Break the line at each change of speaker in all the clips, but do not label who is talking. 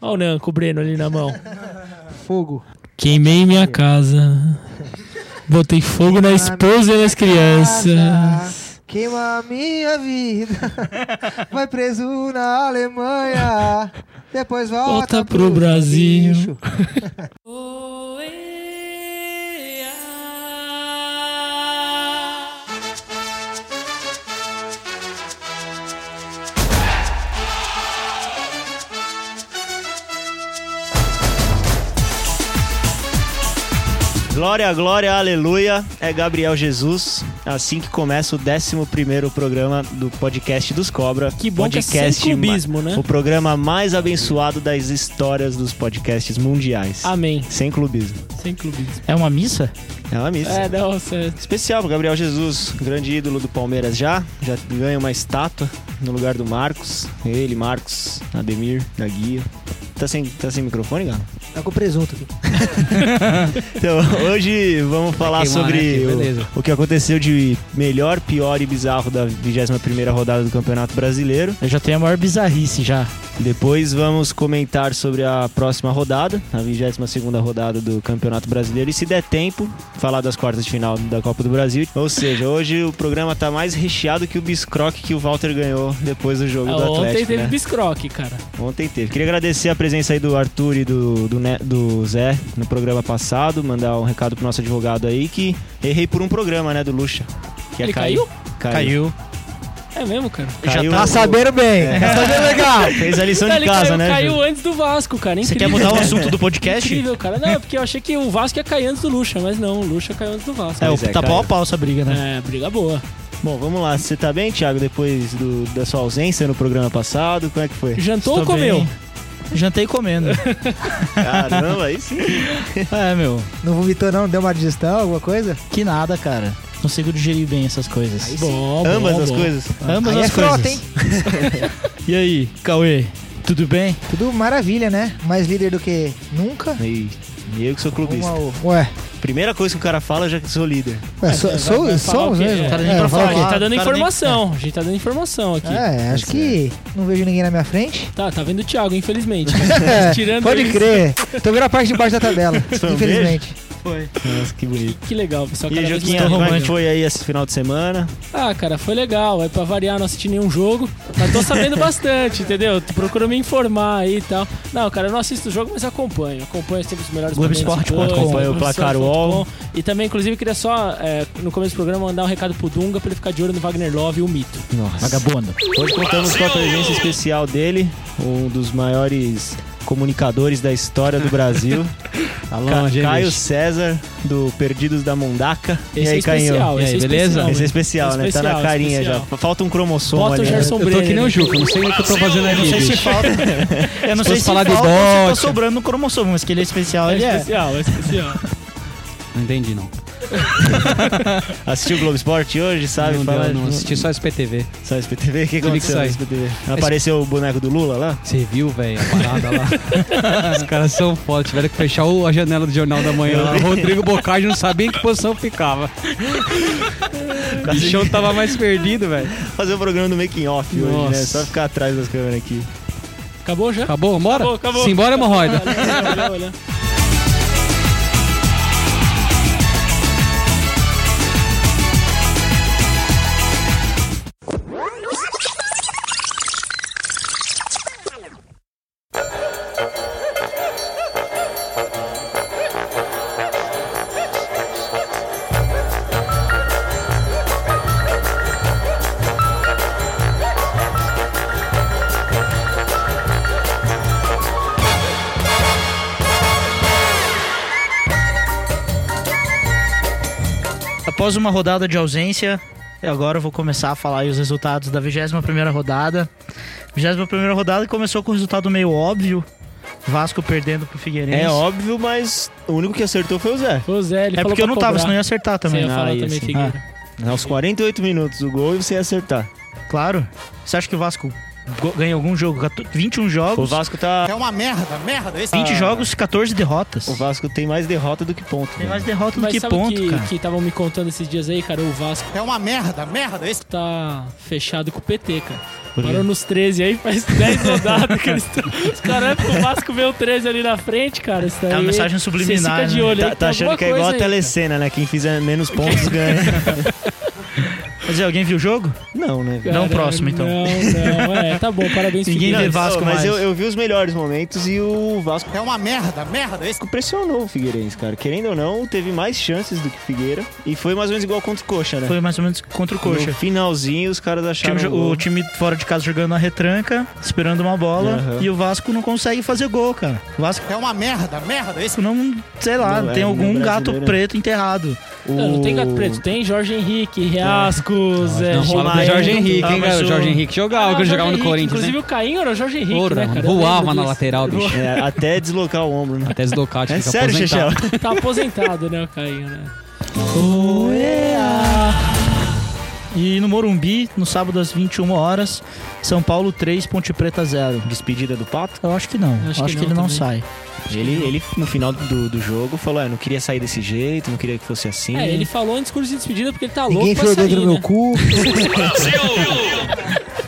Olha o Nan com o Breno ali na mão.
Fogo.
Queimei minha casa. Botei fogo na esposa e nas crianças.
Ah, Queima a minha vida. Vai preso na Alemanha. Depois volta,
Volta pro Brasil.
lixo.
Glória, glória, aleluia. É Gabriel Jesus. Assim que começa o 11 programa do podcast dos Cobra.
Que bom que é sem
podcast ma-
clubismo, né?
O programa mais abençoado das histórias dos podcasts mundiais.
Amém.
Sem clubismo.
Sem clubismo.
É uma missa?
É uma missa.
É, não, certo.
Especial pro Gabriel Jesus, grande ídolo do Palmeiras já. Já ganha uma estátua no lugar do Marcos. Ele, Marcos, Ademir, da Guia. Tá sem, tá sem microfone, Galo?
Tá com presunto aqui.
Então, hoje vamos falar
queimar, né,
sobre
aqui,
o-
beleza.
o, que aconteceu de melhor, pior e bizarro da 21ª rodada do Campeonato Brasileiro.
Eu já tenho a maior bizarrice já.
Depois vamos comentar sobre a próxima rodada, a 22ª rodada do Campeonato Brasileiro e se der tempo, falar das quartas de final da Copa do Brasil. Ou seja, hoje o programa tá mais recheado que o biscroque que o Walter ganhou depois do jogo do
Ah, Ontem
Atlético,
teve
né?
biscroque, cara.
Ontem teve. Queria agradecer a presença aí do Arthur e do, do, Ne- do Zé no programa passado, mandar um recado pro nosso advogado aí que errei por um programa, né, do Lucha. Que ia
Ele
cair.
caiu?
Caiu.
É mesmo, cara.
Caiu. É.
Tá sabendo bem. Tá sabendo legal.
Fez a lição
Não,
de
ele
casa,
Tá caiu,
né?
caiu
Ju?
antes do Vasco, cara.
Você
Incrível.
quer mudar o assunto do podcast?
Incrível, cara. Não, é porque eu achei que o Vasco ia cair antes do Lucha, mas não, o Lucha caiu antes do Vasco.
É,
Pois
o-
é,
tá
cara.
pau a pau essa briga, né?
É, briga boa.
Bom, vamos lá. Você tá bem, Thiago, depois do- da sua ausência no programa passado? Como é que foi?
Jantou
Estou
ou comeu?
bem. Jantei comendo.
Caramba, aí sim.
é, meu.
Não vomitou, não? Deu uma digestão, alguma coisa?
Que nada, cara. Consigo digerir bem essas coisas.
Tá Bom, bom,
Ambas as
bom.
coisas.
Ambas
Aí
as
é
coisas.
frota, hein?
E aí, Cauê? Tudo bem?
Tudo maravilha, né? Mais líder do que nunca.
E e eu que sou clubista.
Uma- Ué,
Primeira coisa que o cara fala, eu já que sou líder.
ué sou,
É, vai-
sou,
vai falar
somos
o quê?
mesmo.
O
cara nem
vai
pra
Ah,
falar
a
o
gente
quê?
tá dando
O cara nem- é.
informação. A gente tá dando informação aqui.
É, acho que não vejo ninguém na minha frente.
Tá, tá vendo o Thiago, infelizmente. Tirando
Pode
eles-
crer. Tô vendo a parte de baixo da tabela,
um
infelizmente.
Nossa, que bonito.
Que legal, pessoal.
E
cada vez
Joaquim,
mais
como é que
romântico.
foi aí esse final de semana?
Ah, cara, foi legal. É pra variar, não assisti nenhum jogo. Mas tô sabendo bastante, entendeu? Tô procurando me informar aí e tal. Não, cara, eu não assisto o jogo, mas acompanho. Acompanho sempre os melhores momentos
Globoesporte.com.
depois,
Acompanho o placar
Globoesporte.com. E também, inclusive, eu queria só, é, no começo do programa, mandar um recado pro Dunga pra ele ficar de olho no Wagner Love e o Mito.
Nossa.
Vagabundo.
Hoje contamos com a presença especial dele, um dos maiores comunicadores da história do Brasil,
Tá
Ca- Caio
Caio.
César, do Perdidos da Mundaca.
Esse
e aí,
é especial,
Caio?
esse
E aí,
é
beleza?
especial,
Esse é
hein?
especial,
Esse
né? Tá na
especial,
carinha
especial.
já. Falta um cromossomo
Bota o
ali. né?
Gerson
Eu tô
Brenner.
que nem o Juca, não sei o que eu tô fazendo
Eu não
aqui.
sei se
bicho.
falta. Eu não sei
fosse
se
falar de
falta ou se tá
bote.
sobrando no cromossomo, mas que ele é especial,
É
ele é.
especial, é especial.
Não entendi, não.
Assistiu o Globo Esporte hoje, sabe?
não,
Fala-
deu, não. Assisti só SPTV.
Só SPTV? O que
Tive que
aconteceu no
sair.
SPTV? Apareceu o boneco do Lula lá?
Você viu, velho, a parada lá? Os caras são foda. Tiveram que fechar o- a janela do Jornal da Manhã lá. O Rodrigo Bocardi não sabia em que posição ficava. O bichão tava mais perdido, velho.
Fazer o programa do Making Off hoje, né?
Nossa.
Só ficar atrás das câmeras aqui.
Acabou já?
Acabou? Vambora?
Acabou, acabou.
Simbora, hemorroida.
Olha, olha, olha.
Após uma rodada de ausência, e agora eu vou começar a falar aí os resultados da 21ª rodada. 21ª rodada que começou com um resultado meio óbvio. Vasco perdendo pro Figueirense.
É óbvio, mas o único que acertou foi o Zé.
Foi o Zé, ele
É
falou
porque eu
pra
não tava,
cobrar.
senão eu ia acertar
Você
também. né?
ia falar
Ah,
também,
isso.
Figueira.
Aos 48 minutos o gol e você ia acertar.
Ah, Claro. Você acha que o Vasco go- ganha algum jogo? 14 21
O
jogos,
Vasco tá.
20 jogos, 14 derrotas.
O Vasco tem mais derrota do que ponto.
Tem
né?
mais derrota do
Mas
que
sabe
ponto,
que,
cara.
que estavam me contando esses dias aí, cara, o Vasco... É uma merda, merda. Esse tá fechado com o PT, cara. Parou nos 13 aí, faz 10 rodadas que eles tão... Os caras, é, o Vasco vê o 13 ali na frente, cara. Isso daí,
É uma mensagem subliminar,
Você fica de
né?
olho aí
Tá, tá achando
alguma
que é igual a
coisa aí,
telecena, né? Quem fizer menos pontos ganha.
Mas é, alguém viu o jogo?
Não, né?
cara.
Não o próximo, então.
Não, não, é. Tá bom, parabéns.
Ninguém
Figueirense.
vê Vasco
mas
mais.
eu, eu vi os melhores momentos e o Vasco
É uma merda, merda. Esse...
Vasco pressionou o Figueirense, cara. Querendo ou não, teve mais chances do que o Figueira. E foi mais ou menos igual contra o Coxa, né?
Foi mais ou menos contra o Coxa.
No finalzinho, os caras
O time,
acharam.
jo-
um gol.
o time fora de casa jogando na retranca, esperando uma bola,
Aham.
e o Vasco não consegue fazer gol, cara. O Vasco
É uma merda, merda. Esse...
não, sei lá,
Não, é,
tem
no
algum
brasileiro,
gato
né?
preto enterrado.
Não, não tem gato preto, tem Jorge Henrique, Riascos, é, Zé.
Não, fala do
Romário.
Jorge Henrique,
Ah,
hein,
mas
cara? O
o-
Jorge Henrique
Ah,
jogava, quando
Jorge
jogava no
Henrique,
Corinthians,
Inclusive
né?
o Caim era o Jorge Henrique,
Porra,
né,
mano,
cara? Eu
voava
lembro
na
disso.
lateral, bicho.
É, até deslocar o ombro, né?
Até deslocar,
É
tinha que
sério, Chechel?
aposentar.
Tá aposentado, né, o Caim, né?
E no Morumbi, no sábado às 21 horas, São Paulo 3, Ponte Preta 0.
Despedida do Pato.
Eu acho que não,
Acho
acho,
que
que, ele
não
não
também.
sai.
Ele, ele no final do, do jogo, falou: é, não queria sair desse jeito, não queria que fosse assim.
É, ele falou em discurso de despedida porque ele tá louco
Ninguém
pra
enfiou
sair,
dentro do
né?
meu cu.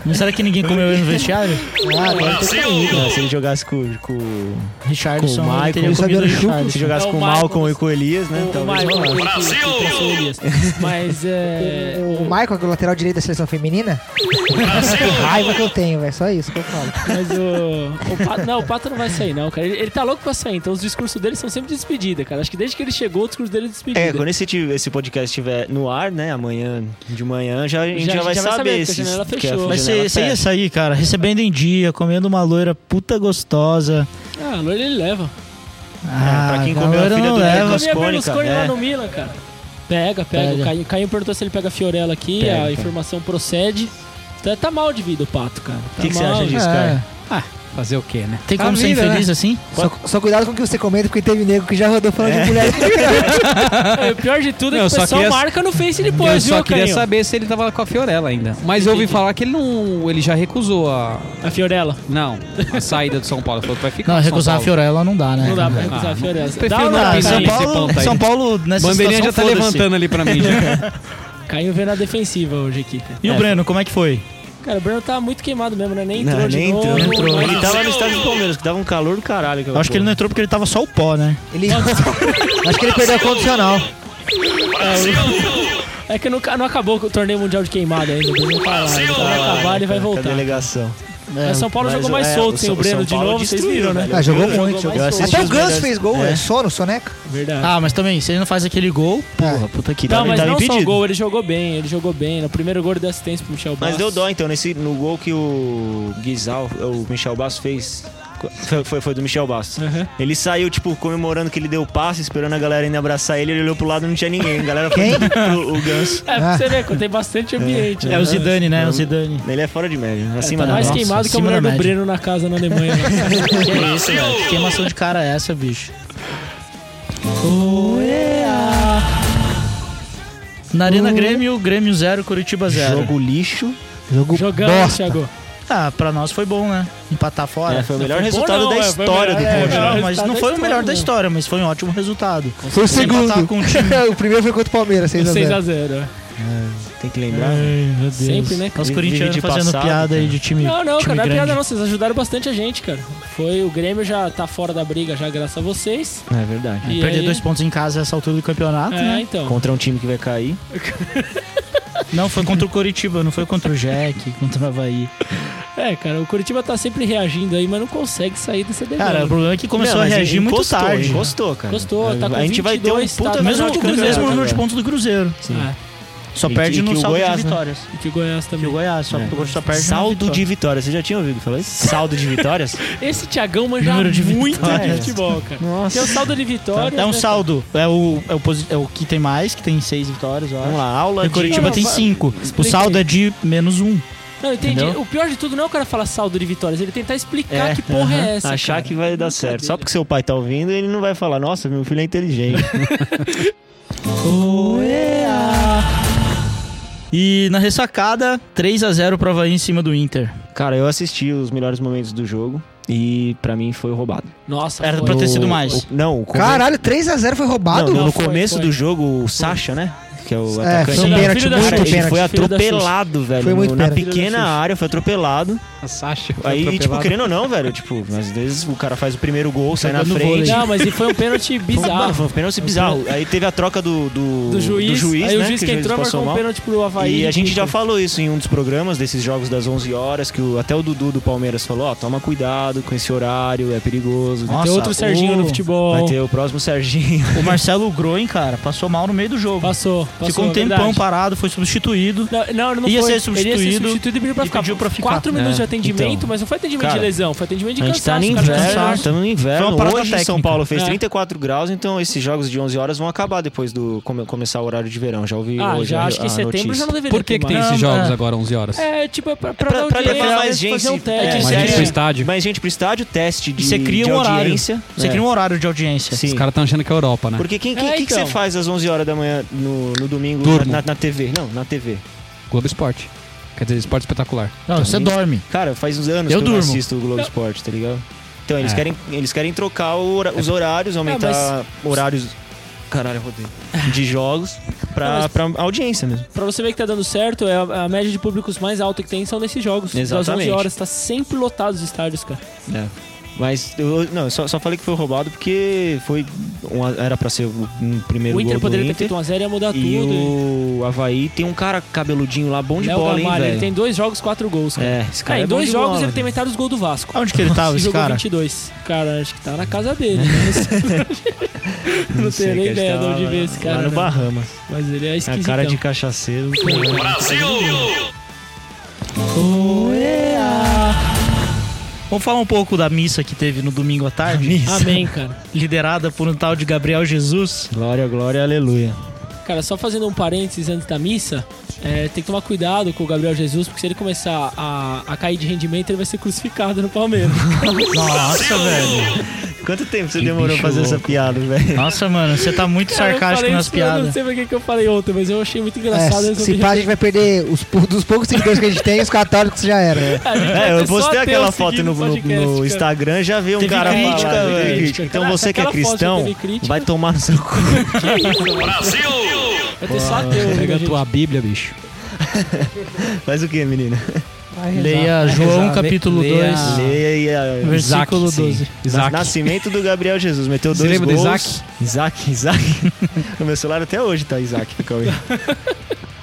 Mas será que ninguém comeu ele no vestiário?
Ah, agora tem que ir.
Não, se ele jogasse com, com-
Richardson,
Com o
ele teria
Michael,
comido o
ele sabia
Richardson.
Se jogasse
É o
com o
Michael
Malcom
dos-
e com o Elias, né?
O-
Então,
o
Talvez.
Michael,
rolasse.
que- que trouxe o Elias. Mas é.
O Michael, que é o lateral direito da seleção feminina. Que raiva que eu tenho, velho. Só isso que eu falo.
Mas o. o Pato, não, o Pato não vai sair, não, cara. Ele, ele tá louco pra sair, então os discursos dele são sempre de despedida, cara. Acho que desde que ele chegou, o discurso dele é de despedida.
É, quando esse, ti- esse podcast estiver no ar, né? Amanhã de manhã, já, a gente já, vai saber.
porque a
se-
janela
que a
fechou.
janela
Mas você você ia
fecha.
sair, cara, recebendo em dia, comendo uma loira puta gostosa.
Ah, a loira ele leva.
Ah,
É, pra quem
a
comeu a
loira
filha
não
do
leva.
Nicolas-
Comia
Berlusconi,
Berlusconi
cara,
lá
é.
no Milan, cara. Pega, pega.
Pega.
O Caio, Caio perguntou se ele pega a Fiorella aqui,
Pega,
a
pega.
informação procede. Tá, tá mal de vida o Pato, cara.
O
Tá
que que você
mal.
acha disso, cara?
Fazer o quê, né?
É. Tem
Tá
como ser
viva,
infeliz assim?
Só, só cuidado com o que você comenta, porque teve nego que já rodou falando de mulher.
É, o pior de tudo é
Não, eu
que o
só
pessoal
queria-
marca no Face depois,
Eu
viu,
só queria
Caio?
saber se ele tava com a Fiorella ainda. Mas eu ouvi falar que ele não. Ele já recusou a.
A Fiorella.
Não, a saída do São Paulo. Ele Falou que vai ficar.
Não,
no São
recusar a
Paulo.
Fiorella não dá, né?
Não dá pra
cara?
recusar
Ah,
a Fiorella.
prefiro
Dá ou
não
não,
Ah,
pensar
São
Caio?
nisso.
Paulo,
ponto aí.
São Paulo nessa
Bandeirinha já tá
situação, foda-se.
levantando ali pra mim. já.
Caio vem na defensiva hoje aqui.
E o
É.
Breno, como é que foi?
Cara, o Bruno tá muito queimado mesmo, né? Nem entrou
Não,
de
nem
novo.
entrou.
Mas-
Ele tava no estádio do Palmeiras, que tava um calor do caralho.
Eu acho que ele não entrou porque ele tava só o pó, né?
Ele... Acho que ele perdeu a condicional.
É que não, não acabou o torneio mundial de queimada ainda. Ele não tá lá. Ele vai acabar, ele vai
Da
voltar.
delegação.
Mas São Paulo
Mas
jogou
o-
mais
é,
solto,
o
sem o
São-
Breno
São
de
Paulo
novo, vocês
destruiu,
viram, né?
velho.
Ah, jogou muito,
Jogou mais
Eu assisti
solto.
Até o
os
Ganso
melhores-
fez gol,
É.
é. Sono, soneca.
Verdade.
Ah, mas também, se ele não faz aquele gol, porra,
É.
puta que
Não,
pariu.
mas
tava
não só
impedido.
o gol, ele jogou bem, ele jogou bem. No primeiro gol ele deu assistência pro Michel Bastos.
Mas deu dó, então, nesse, no gol que o Guizal, é, o Michel Bastos fez. Foi, foi, foi do Michel Bastos.
Uhum.
Ele saiu, tipo, comemorando que ele deu o passe, esperando a galera ainda abraçar ele. Ele olhou pro lado e não tinha ninguém. A galera foi
Quem?
tudo pro o Ganso.
É, pra você ver, quando tem bastante ambiente. né?
É o Zidane, né? É o Zidane.
Ele é fora de média,
É,
acima
tá
da
mais
média.
Nossa,
queimado que a
acima
mulher
da
do
média.
Breno na casa na Alemanha. né?
Que é isso, velho? Que queimação de cara é essa, bicho? Na Arena Grêmio, Grêmio 0, Curitiba 0.
Jogo lixo.
Jogo
Jogando,
bosta.
Thiago.
Ah, pra nós foi bom, né? Empatar fora.
É, foi o melhor
Bom,
resultado
não,
da
é, foi
história do
melhor, é,
clube.
melhor
Não, mas
resultado
não
da
foi o melhor
história,
da
né?
históa, mas foi um ótimo resultado.
Foi o
Empatar
segundo.
com o time.
o primeiro foi contra o Palmeiras, 6 a 0.
6x0.
Tem que lembrar.
meu Deus.
Sempre, né?
Os
Vive
corintianos
de
fazendo
passado,
piada aí
cara.
de time.
Não, não,
time
cara, não é
grande.
piada não. Vocês ajudaram bastante a gente, cara. Foi, o Grêmio já tá fora da briga, já graças a vocês.
É verdade.
E
Perder
aí-
dois pontos em casa essa altura do campeonato,
É,
né?
então.
Contra um time que vai cair.
Não, foi contra o Coritiba, não foi contra o Jack, contra o Havaí.
É, cara, o Curitiba tá sempre reagindo aí, mas não consegue sair dessa derrota.
Cara, o problema é que começou
Não,
a
mas
reagir muito
encostou,
tarde.
Encostou, cara.
Encostou, tá com
A gente vai ter um
22, tá
puta né,
no
Mesmo,
Não,
o
não,
Cruzeiro- mesmo
não,
número de pontos do Cruzeiro.
É,
Só
E
perde
que-
no
que o
saldo
Goiás,
de
né?
vitórias.
e que o Goiás também.
Que tá, o Goiás só,
É.
só perde na
Saldo
vitória.
de vitórias. Você já tinha ouvido falar isso? Saldo de vitórias?
Esse Thiagão manja
Número de
muito de
vitórias.
futebol, cara. Tem
Nossa.
o saldo de vitórias.
É um
né,
saldo. É o, é, o, posi- é o que tem mais, que tem seis vitórias, eu acho.
Vamos lá, aula
E o
de...
Coritiba
Não,
tem
vai-
cinco. O
explica
saldo
aí.
é de menos um.
cara? Não, entendi.
Entendeu?
O pior de tudo não é o cara falar saldo de vitórias, ele tentar explicar
É,
que porra é essa.
Achar
cara.
que vai dar certo. Só porque seu pai tá ouvindo, ele não vai falar, nossa, meu filho é inteligente.
E na ressacada, 3 a 0 pro Havaí em cima do Inter.
cara, eu assisti os melhores momentos do jogo e pra mim foi roubado.
Nossa,
Era
foi.
pra ter sido
O-
mais.
o- não, o come-
Caralho, 3 a 0 foi
Não,
roubado?
no
foi,
começo
foi.
do jogo, o Sasha, né? que é o
É,
atacante.
foi um
Cara,
pênalti,
filho da
muito
Xuxa.
ele
pênalti.
foi
Filho da
atropelado, velho.
Foi muito
no- na
pênalti.
pequena área, foi atropelado.
A Sasha foi
Aí, tipo,
atropelada.
querendo ou não, velho, tipo, às vezes o cara faz o primeiro gol, sai na
Jogando
frente.
vôlei.
Não, mas e foi um pênalti
Bizarro,
bizarro
foi um pênalti bizarro. Aí teve a troca do, do,
do juiz.
do juiz
aí
né,
o juiz que, entrou marcou
passou
um
mal.
pênalti pro Havaí. tipo.
E a gente já falou isso em um dos programas desses jogos das 11 horas, que o- até o Dudu do Palmeiras falou, ó, toma cuidado com esse horário, é perigoso.
Nossa,
Tem outro Serginho no
o-
futebol.
Vai ter o próximo Serginho.
O Marcelo Groen, cara, passou mal no meio do jogo.
Passou, passou.
Ficou um
é
tempão
verdade.
parado, foi substituído.
Não, não, ele não foi.
Ia ser
Ele ia ser
substituído
substituído e pediu pra
e
ficar.
pediu pra ficar.
Quatro minutos de atendimento,
Então.
mas não foi atendimento
Cara,
de lesão, foi atendimento de
A gente tá no
cansaço. os caras
inverno,
cansaram.
estamos no
Foi
inverno.
uma parada
Hoje
técnica.
São Paulo fez
É.
34 graus, então esses jogos de 11 horas vão acabar depois do come- começar o horário de verão. Já ouvi
Ah,
hoje
já
a-
acho que
a
em setembro
notícia.
já não deveria
Por que,
ter
que tem
mais.
esses
Não,
jogos
é.
agora, 11 horas?
É, tipo, é pra, pra,
Pra-
dar
pra
audiência,
levar mais
fazer
gente.
um
É,
teste.
Mas
isso é-
gente pro estádio.
Mas gente pro estádio, teste de
E você cria
de
um horário.
audiência.
Você
É.
cria um horário de audiência.
Sim.
Os caras estão achando que é Europa, né?
Porque quem que,
É,
que que
então.
você faz às 11 horas da manhã no, no domingo na,
Durmo.
na- na TV? Não, na TV.
Globo Esporte. Quer dizer, esporte espetacular.
Não, você dorme.
Cara, faz uns anos
Eu
que eu não
durmo.
assisto o Globo
Eu-
Esporte, tá ligado? Então, eles,
É.
querem, eles querem trocar o hora-
É.
os horários, aumentar horários. Caralho, rodei. De jogos pra,
É. Não,
pra audiência mesmo.
Pra você ver que tá dando certo, é a, a média de públicos mais alta que tem são nesses jogos. Às
Exatamente.
11 horas, tá sempre lotado os estádios, cara.
É. Mas eu não, eu só, só falei que foi roubado porque foi. um a- era pra ser o- um primeiro
o Inter
gol do
poderia ter
Inter.
feito 1x0 e ia mudar
e
tudo.
o Havaí tem um cara cabeludinho lá, bom de
Léo
bola, hein,
Gamalho, ele
velho?
tem dois jogos, quatro gols, cara.
É, esse cara
Cara,
é
em
bom
dois
de
jogos
bola, Ah,
ele tem metade dos gols do Vasco.
Onde que ele
Esse é
tava, esse
jogou
cara?
22. Cara, acho que tá na casa dele. Né? Não,
Não sei,
tenho nem
que
ideia
acho
de
que
onde
tava
veio esse
Lá
cara.
no
não.
Bahamas.
Mas ele é
A
esquisito.
cara de cachaceiro.
Vamos falar um pouco da missa que teve no domingo à tarde?
Amém, cara.
Liderada por um tal de Gabriel Jesus.
Glória, glória, aleluia.
Cara, só fazendo um parênteses antes da missa, é, tem que tomar cuidado com o Gabriel Jesus, porque se ele começar a, a cair de rendimento, ele vai ser crucificado no Palmeiras.
Nossa, velho.
Quanto tempo você demorou
bicho
pra fazer essa
louco.
piada, velho?
Nossa, mano, você tá muito
Cara, É, eu
sarcástico
falei
nas
isso, Eu não
piadas.
sei pra que que eu falei ontem, mas eu achei muito engraçado. eu
É, se
resolvi
pá, a gente vai perder os, pou- dos poucos seguidores que a gente tem, os católicos já era. né?
A gente vai
É, eu
ter só
postei
ateu
aquela
seguindo
foto no,
o
no-
podcast,
no
cara.
Instagram, já veio um
Teve
cara
crítica,
falar,
velho.
teve
Crítica.
Então
Aquela-
você que é
aquela foto já
cristão,
teve crítica.
vai tomar no seu cu.
Vai ter só ateu.
Pega a
né,
tua Bíblia, bicho.
Faz o que, menina?
Vai rezar.
Leia
Vai
João
rezar.
capítulo
Leia-
2.
Ah.
Leia aí a...
Isaac,
Versículo
sim.
12.
Isaac.
Nascimento do Gabriel Jesus, meteu
Você
dois
lembra do
gols.
Isaac?
Isaac, Isaac. no meu celular até hoje tá Isaac. Cauê.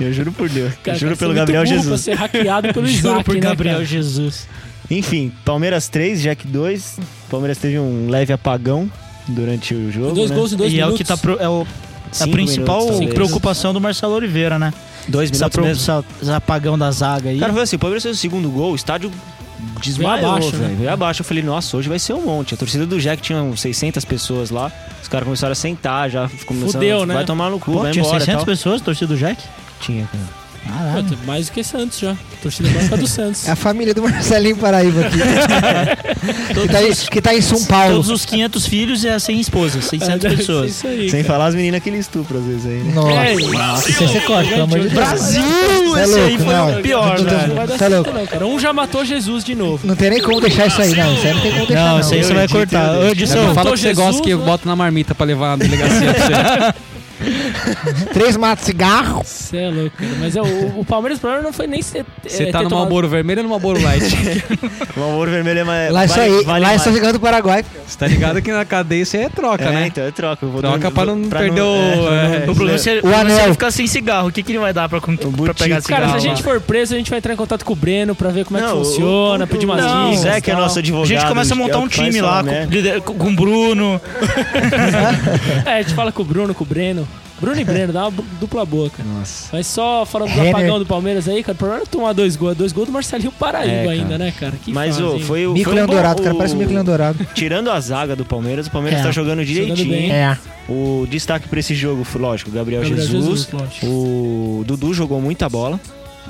Eu juro por Deus. Eu
Cara,
juro
cara, você
pelo
é muito
Gabriel
burro
Jesus.
Pra ser hackeado pelo
Juro
Isaac,
por
né,
Gabriel
cara?
Jesus.
Enfim, Palmeiras 3, Jack 2. Palmeiras teve um leve apagão durante o jogo.
Dois
né?
gols em dois
e é o
minutos.
que tá pro- é o- a
Cinco
principal
minutos, talvez.
preocupação do Marcelo Oliveira, né?
Dois
Essa
minutos
pro,
mesmo.
essa- esse apagão da zaga aí.
Cara, foi assim, o Palmeiras fez o segundo gol, o estádio
Veio
desmaiou,
abaixo,
velho.
né?
Veio abaixo. Eu falei, nossa, hoje vai ser um monte. A torcida do Jack tinha uns 600 pessoas lá. Os caras começaram a sentar, já começaram
Fudeu, né?
Vai tomar no cu,
Pô,
vai
tinha
embora
600
tal.
pessoas, torcida do Jack?
Tinha, cara.
Pô,
Caralho.
tá mais do que Santos já. A torcida agora tá do Santos.
É a família do Marcelinho Paraíba aqui. que, tá, em- que tá em São Paulo.
Todos os 500 filhos e as 100 esposas, 600
É,
pessoas.
Isso aí, É
Sem
cara.
falar as meninas que ele estupra às vezes aí, né?
Ei,
Nossa, Nossa, você corta, pelo amor de Deus.
Brasil!
Cê é
Esse aí
louco,
foi
não.
o pior,
Não, não,
velho.
Não vai dar
Tá
certo
louco.
não, cara. Um já matou Jesus de novo.
Não tem nem como deixar isso aí, não. Isso aí não tem como deixar,
Não,
não.
isso aí você
Eu
vai
edito,
cortar.
eu
Ô,
edito.
Edição,
fala
Matou
que você
Jesus,
gosta que eu
né?
boto na marmita pra levar na delegacia pra você.
Três matos de cigarro.
Você é louco, cara. Mas é, o, o Palmeiras, o problema não foi nem ser.
Você
é,
tá
ter
no
tomado-
Malboro Vermelho ou no Malboro Light?
O amor vermelho é mais.
Lá é isso
vale-
aí.
vale
Lá é
mais.
só chegando do Paraguai.
Você tá ligado que na cadeia você é troca,
É,
né?
então eu troco. Eu vou
Troca
dormir-
pra não
pra
perder o- é,
O problema é se- o problema é se
anel.
ele ficar sem cigarro. O que, que ele vai dar pra, com- pra
botico.
pegar cigarro?
Cara, se a
lá?
gente for preso, a gente vai entrar em contato com o Breno pra ver como é que
Não, o-
funciona,
o-
pedir umas
não,
dicas.
O Zé que é
tal.
nosso
A
advogado.
gente começa a montar
é o
um
que faz
time
falar
lá
merda.
com, lider- com o Bruno.
É, a gente fala com o Bruno, com o Breno. Bruno e Breno, dá uma bu- dupla boa, cara.
Nossa.
Mas só falando do
Renner.
apagão do Palmeiras aí, cara, o problema é tomar dois gols. Dois gols do Marcelinho Paraíba
É, cara.
ainda, né, cara? Que
Mas
fase,
ô,
hein?
foi o.
Mico
foi um
Leão
bom-
Dourado, cara. Parece um
o-
Mico Leão Dourado.
Tirando a zaga do Palmeiras, o Palmeiras
É.
tá jogando
bem.
direitinho.
É.
O destaque pra esse jogo, foi, lógico, Gabriel,
Gabriel
Jesus.
lógico.
O Dudu jogou muita bola.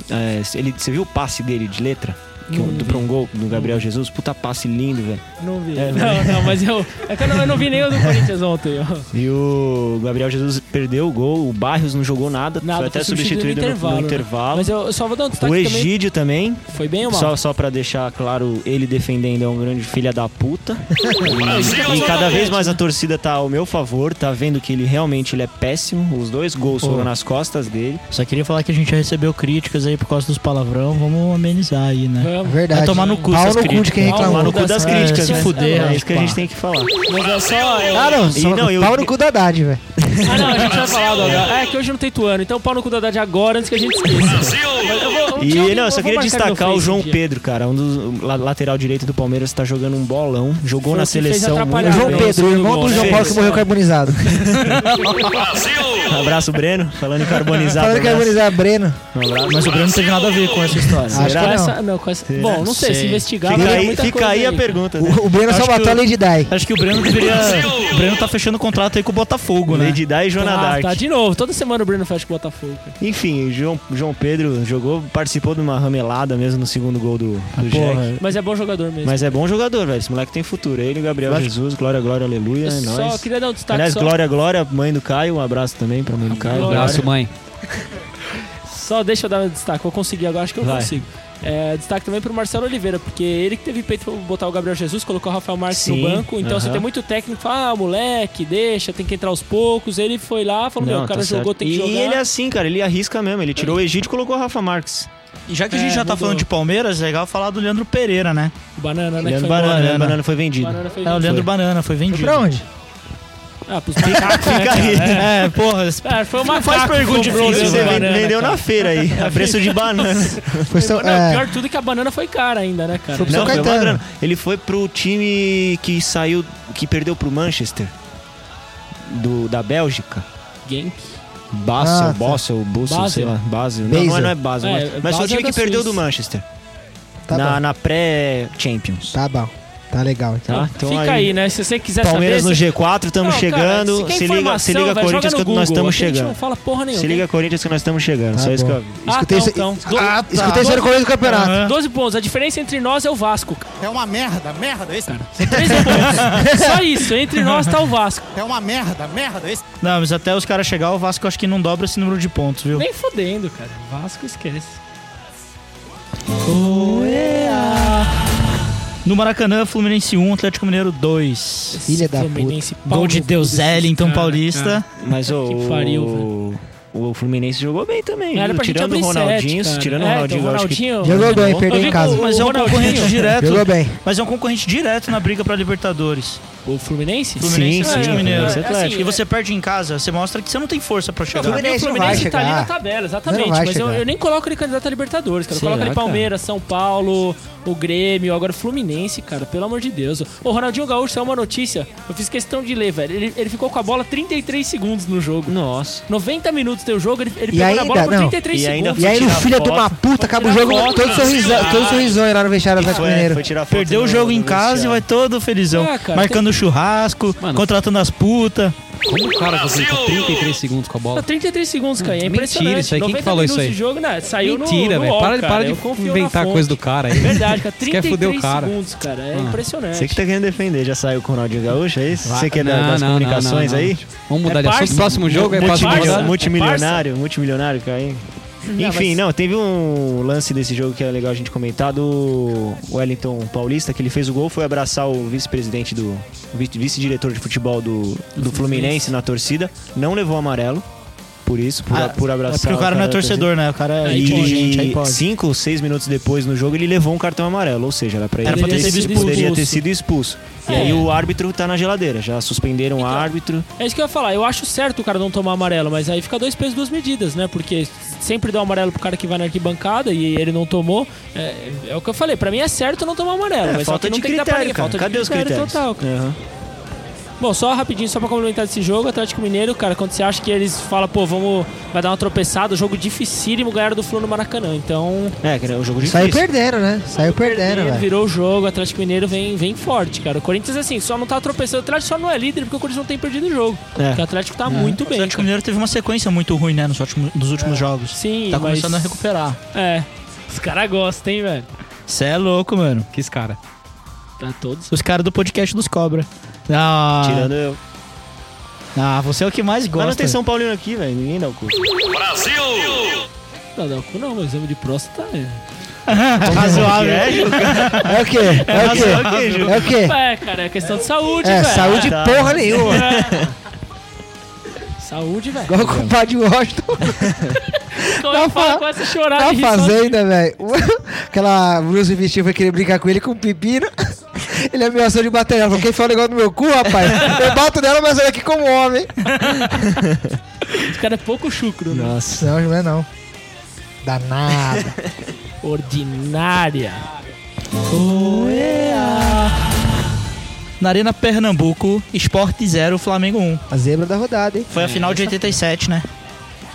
É, ele, você viu o passe dele de letra? que um- pra um gol do Gabriel Jesus. Puta passe lindo, velho.
Não vi.
É,
não, não, mas eu. É que eu não, eu não vi nem o do Corinthians ontem. ó.
E o Gabriel Jesus perdeu o gol, o Barrios não jogou nada,
Nada,
foi até
foi substituído
substituído no
no
no intervalo.
intervalo, né? Mas eu eu só vou dar um destaque
o
também.
Egídio também,
Foi bem ou mal?
só, só pra deixar claro, ele defendendo é um grande filha da puta. e, e cada vez mais a torcida tá ao meu favor, tá vendo que ele realmente ele é péssimo. Os dois gols
Pô.
foram nas costas dele.
Só queria falar que a gente já recebeu críticas aí por causa dos palavrão. Vamos amenizar aí, né?
Vamos.
Verdade.
Vai tomar no cu
Pau
essas
no cu de
críticas.
quem
Pau
Tomar
reclamou.
no cu das
É,
críticas,
se
né?
fuder,
É
né,
isso que a gente
pá.
tem que falar.
Mas é só. eu-
Ah, não, só
não, eu-
pau no cu da Haddad, velho.
Ah, não, a gente vai falar do Haddad. É que hoje não tem tuano, então pau no cu da Haddad agora antes que a gente esqueça. Mas eu vou- eu
E
tinha alguém-
não, eu só
vou
queria
marcar meu
destacar o
Face
João
um dia.
Pedro, cara, um dos la- lateral direito do Palmeiras tá jogando um bolão, jogou
Foi
na
o que fez
seleção.
atrapalhar
O
Muito
João
não,
bem.
Pedro, o
segundo
irmão
gol,
do João
né?
Paulo que morreu carbonizado.
Abraço Breno, falando em carbonizado.
Falando que
abraço.
carbonizar Breno.
Um
Mas o Breno não teve nada a ver com essa história.
Acho
Com
que não.
essa- não, com essa- Bom, não sei, se
Sei.
investigar,
Fica
vai ter
aí,
muita
fica
coisa
aí a pergunta, né?
O, o Breno só
Acho que
matou a
o-
Lady Di.
Acho que o Breno deveria. O Breno tá fechando o contrato aí com o Botafogo, né?
Lady Di e Jonah
Ah,
Dark.
tá, de novo. Toda semana o Breno fecha com o Botafogo. cara.
Enfim, o João, João Pedro jogou, participou de uma ramelada mesmo no segundo gol do, do Jack.
Mas é bom jogador mesmo.
Mas é bom jogador, velho. Esse moleque tem futuro. Ele, Gabriel
Eu acho-
Jesus, glória, glória, aleluia.
eu
É
só
nóis.
queria dar um destaque
Aliás,
só,
glória, glória, mãe do Caio. Um abraço também pra mãe do Caio.
Glória.
Abraço, mãe.
só deixa eu dar um destaque. Vou conseguir agora, acho que eu
Vai.
consigo. É, destaque também pro Marcelo Oliveira, porque ele que teve peito pra botar o Gabriel Jesus, colocou o Rafael Marques
Sim,
no banco. Então,
aham.
você tem muito técnico, fala, ah, moleque, deixa, tem que entrar aos poucos. Ele foi lá, falou, meu, o cara
tá
jogou,
certo.
tem que
e
jogar.
ele é assim, cara. Ele arrisca mesmo. Ele tirou o Egito e colocou o Rafa Marques.
E já que a gente
É,
já tá
mudou.
falando de Palmeiras, é legal falar do Leandro Pereira, né?
O Banana, né? que
Leandro
foi embora.
Banana,
embora,
né?
né?
Banana foi vendido.
Banana foi
É, o
vendido.
Leandro Banana foi vendido.
Pra onde?
Ah, pros macacos, né,
Fica
cara?
aí.
É, porra,
É, foi uma
faz pergunta difícil,
Você
Leandro
vende- vendeu na feira aí, a preço de banana.
Foi São,
Não,
é,
pior tudo é que a banana foi cara ainda, né, cara?
Foi pro
Não,
São
Não, foi uma
Caetano.
grana. Ele foi pro time que saiu, que perdeu pro Manchester, do, da Bélgica.
Genk.
Basel,
Ah, tá.
Basel, Bussel,
Basel.
sei lá, Basel. Não,
Basel.
não é, não é Basel,
É,
mas, mas foi
Basel
o time
é
que
da
perdeu do
Suíça.
Manchester,
tá
na,
bom.
na pré-Champions.
Tá bom. Tá legal. Então.
Tá?
Fica aí, né? Se você quiser
Palmeiras
saber...
no G4, estamos
Não,
chegando.
cara,
se
quer
liga, se
informação,
liga
velho,
Corinthians
joga no
que nós
Google.
estamos
Aqui a gente não
chegando.
fala porra nenhuma.
Se liga Corinthians que nós estamos chegando,
Tá
só isso que
bom.
eu aviso.
Ah,
Escutei
tá,
isso-
então.
Ah, Escutei isso no começo do campeonato.
Aham.
12 pontos. A diferença entre nós é o Vasco, cara.
É uma merda, merda esse.
13 pontos. Só isso. Entre nós tá o Vasco.
É uma merda, merda esse.
Não, mas até os caras chegar, o Vasco acho que não dobra esse número de pontos, viu?
Nem fodendo, cara. Vasco esquece.
No Maracanã, Fluminense 1, Atlético Mineiro 2.
Filha da
Fluminense, pau
Gol
no
de
cu
Deus
desses
Ellington
cara,
Paulista.
Mas o,
Que pariu,
o Fluminense jogou bem também.
Era
viu?
pra gente
Tirando o
abrir
Ronaldinho,
sete, cara.
tirando o
É,
Ronaldinho,
então,
eu acho que
Ronaldinho,
Jogou bem,
Eu
perdeu
vi
em
que
casa.
Mas é um
Ronaldinho-
concorrente direto.
Jogou bem.
Mas é um concorrente direto na briga pra Libertadores.
O Fluminense?
Fluminense
sim,
Atlético Mineiro. É
Fluminense, é Atlético.
assim,
e você perde em casa, você mostra que você não tem força pra
Não,
chegar.
pra mim o
Fluminense não
Fluminense
vai
tá ali
chegar.
na tabela, exatamente.
Não vai
Mas eu,
chegar.
eu nem coloco ele candidato a Libertadores, cara. Eu
Será,
coloco ele
é.
cara?
Palmeiras, São Paulo, o Grêmio, agora o Fluminense, cara. Pelo amor de Deus. O Ronaldinho Gaúcho saiu uma notícia, eu fiz questão de ler, velho. Ele, ele ficou com a bola 33 segundos no jogo.
Nossa.
90 minutos tem o jogo, ele, ele
E
pegou na
ainda-
bola por
não.
33
E ainda
segundos.
E aí, o
Tirar
filho
foto.
de uma puta, acaba o
Tirar
jogo
foto,
todo sorrisão,
cara.
todo sorrisão lá no vestiário do Atlético
Foi,
Mineiro.
foi tirar foto né,
Perdeu o
no-
jogo em
no
casa e
vestiário.
vai todo felizão.
Ah, cara,
marcando churrasco,
Mano.
contratando as putas.
Como o cara fazia isso? 33 segundos com a
Tá
bola?
33 segundos, cara. É
Mentira
impressionante.
isso aí, quem que
90
falou isso
minutos
aí?
de jogo, né? Saiu
Mentira,
no, no
velho.
UOL,
Para, de-
cara.
para
Eu
de
confio na
inventar
fonte.
coisa do cara aí.
Verdade, cara.
Você quer fuder
33
o cara.
segundos, cara. É
Ah.
impressionante.
Você que tá querendo defender, já saiu com o Ronaldinho Gaúcho, é isso?
Vai-
Você que é da-
Não,
das
não,
comunicações
não, não.
aí?
Vamos mudar
É
de assunto.
parça.
Próximo jogo é próximo
Multi-
jogo.
parça.
multimilionário, multimilionário, cara. hein?
Não,
Enfim,
mas-
não, teve um lance desse jogo que é legal a gente comentar do Wellington Paulista, que ele fez o gol, foi abraçar o vice-presidente do. o vice- vice-diretor de futebol do, do Fluminense na torcida, não levou amarelo, por isso, por,
Ah,
por
É
abraçar.
porque o cara não é
da torcida.
torcedor, né? O cara é inteligente, aí
E
pode.
cinco ou seis minutos depois no jogo ele levou um cartão amarelo, ou seja, era pra ele
Era pra ter sido expulso.
poderia ter sido expulso. E
É.
aí o árbitro tá na geladeira, já suspenderam o árbitro.
É isso que eu ia falar. Eu acho certo o cara não tomar amarelo, mas aí fica dois pesos, duas medidas, né? Porque sempre dá um amarelo pro cara que vai na arquibancada e ele não tomou. É, é o que eu falei. Pra mim é certo não tomar amarelo, mas só que não tem que dar pra ninguém.
cara.
Falta
Cadê
de
os critérios?
total, cara.
Aham.
Bom, só rapidinho, só pra complementar esse jogo, Atlético Mineiro, cara, quando você acha que eles falam, pô, vamos, vai dar uma tropeçada, jogo dificílimo, ganharam do Flu no Maracanã. Então,
É, que é um jogo
Saiu
difícil.
perdendo, né? Saiu perdendo,
Mineiro
velho.
virou o jogo, o Atlético Mineiro vem, vem forte, cara. O Corinthians, assim, só não tá tropeçando. O Atlético só não é líder porque o Corinthians não tem perdido o jogo.
É.
Porque o Atlético tá muito
O
bem.
Atlético
cara. Ah,
Mineiro teve uma sequência muito ruim, né? Nos últimos, nos últimos jogos.
Sim,
Tá
mas...
começando a recuperar.
É. Os caras gostam, hein, velho.
Cê é louco, mano.
Que esse cara.
Pra todos.
Os caras do podcast dos Cobra. Ah,
Tirando eu.
ah, você é o que mais
Mas
gosta.
não tem São Paulino aqui, velho. Ninguém dá o cu.
É
Não, não, não, mas exame de próstata é.
Razoável.
É o quê? É o quê? É o quê?
É, cara, é tá. questão de saúde,
É,
velho.
saúde porra nenhuma.
É. Saúde, velho.
Igual o compadre de Washington
Então eu
Tá
falo
fa-
com essa chorar
na
de rir só-
fazenda, velho. Aquela blusa e vestiu foi querer brincar com ele com um pepino. Ele ameaçou de bater nela. Falou, Quem fala igual no meu cu, rapaz? Eu bato nela, mas olha aqui como homem.
Esse cara é pouco chucro, né?
Nossa.
Não, não é não. Danada.
Ordinária.
Na Arena Pernambuco, Esporte 0, Flamengo 1.
A zebra da rodada, hein?
Foi a final de 87, né?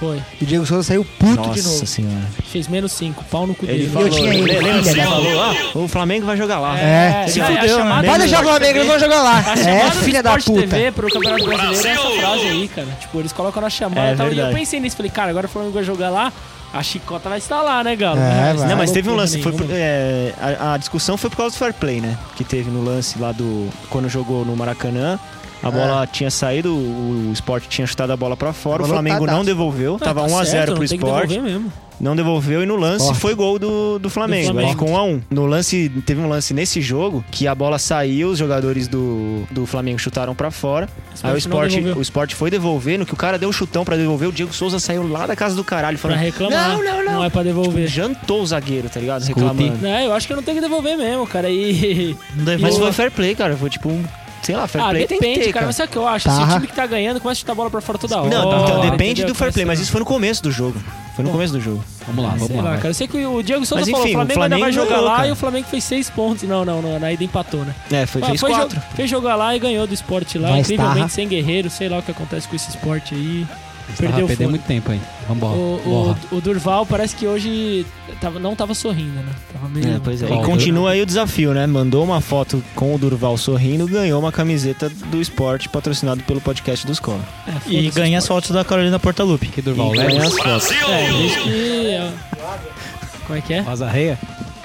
Foi.
E o Diego Souza saiu puto de novo.
Nossa senhora.
Fez menos 5. Pau no cu
Ele
dele.
falou,
tinha ele,
lembra
filha
que ele
da
falou, ah, o Flamengo vai jogar lá.
É.
Se
é,
fudeu,
a chamada
né?
Vai
do
deixar o
Sport
Flamengo,
TV.
eles vão jogar lá.
A
É,
chamada do
filha da
Sport
puta.
TV pro Campeonato Brasileiro é essa frase aí, cara. Tipo, eles colocam na chamada
É
e tal. E eu
verdade.
pensei nisso. Falei, cara, agora o Flamengo vai jogar lá, a chicota vai estar lá, né, Galo?
É, vai.
Não, mas teve um
loucura
lance. Foi por-
nenhuma.
é, a, a discussão foi por causa do fair play, né? Que teve no lance lá do. Quando jogou no Maracanã. A bola tinha saído, o Sport tinha chutado a bola pra fora,
A
o
bola
Flamengo
lotadaço.
não devolveu,
Ah,
tava
tá
1x0
certo,
pro
não tem que
Sport,
devolver mesmo.
não devolveu e no lance
Sport.
foi gol do, do
Do
Flamengo,
Flamengo.
ficou 1x1. No lance, teve um lance nesse jogo que a bola saiu, os jogadores do, do Flamengo chutaram pra fora, aí o
Sport não
Sport,
devolveu.
o Sport foi devolvendo, que o cara deu o chutão pra devolver, o Diego Souza saiu lá da casa do caralho,
Pra
falando,
reclamar.
Não, não, não.
é pra devolver.
jantou o zagueiro, tá ligado?
Escute.
Reclamando.
Não, eu acho que eu não tenho que devolver mesmo, cara. E.
Não deu
Mas
Boa.
foi fair play, cara. Foi tipo um. Sei lá, fair
Ah,
play
depende,
tem que ter,
cara. Mas sabe o que eu acho? Se o
Tá.
time que tá ganhando começa a chutar a bola pra fora toda hora.
Não, então
entendeu?
depende do fair play, mas
Começa-
isso foi no começo do jogo. Foi no
Bom.
começo do jogo.
Vamos lá, vamos
Sei lá,
lá.
cara. Eu sei que o Diego Souza
Mas
falou:
enfim,
o
o
Flamengo, ainda
Flamengo é
vai jogar
ganhou,
lá
cara.
e o Flamengo fez seis pontos. Não, não, não. Na ida empatou, né?
É, foi,
Ah,
fez
foi,
quatro.
jo- fez jogar lá e ganhou do esporte lá.
Vai
incrivelmente
estar.
sem guerreiro, sei lá o que acontece com esse esporte aí.
Tava
Perdeu o
perdendo
fôlego.
muito tempo aí. Vambora.
O,
Borra.
o, o Durval parece que hoje tava, não tava sorrindo, né? Tava meio.
É, pois é.
Ó,
E continua aí o desafio, né? Mandou uma foto com o Durval sorrindo, ganhou uma camiseta do esporte patrocinado pelo podcast dos Cola.
É, foda-se
E
o
ganha as
Sport.
fotos da Carolina Portalupe.
Que Durval
E ganha
Lelis.
as fotos.
É, desde que. Como é que é?
Vazarreia.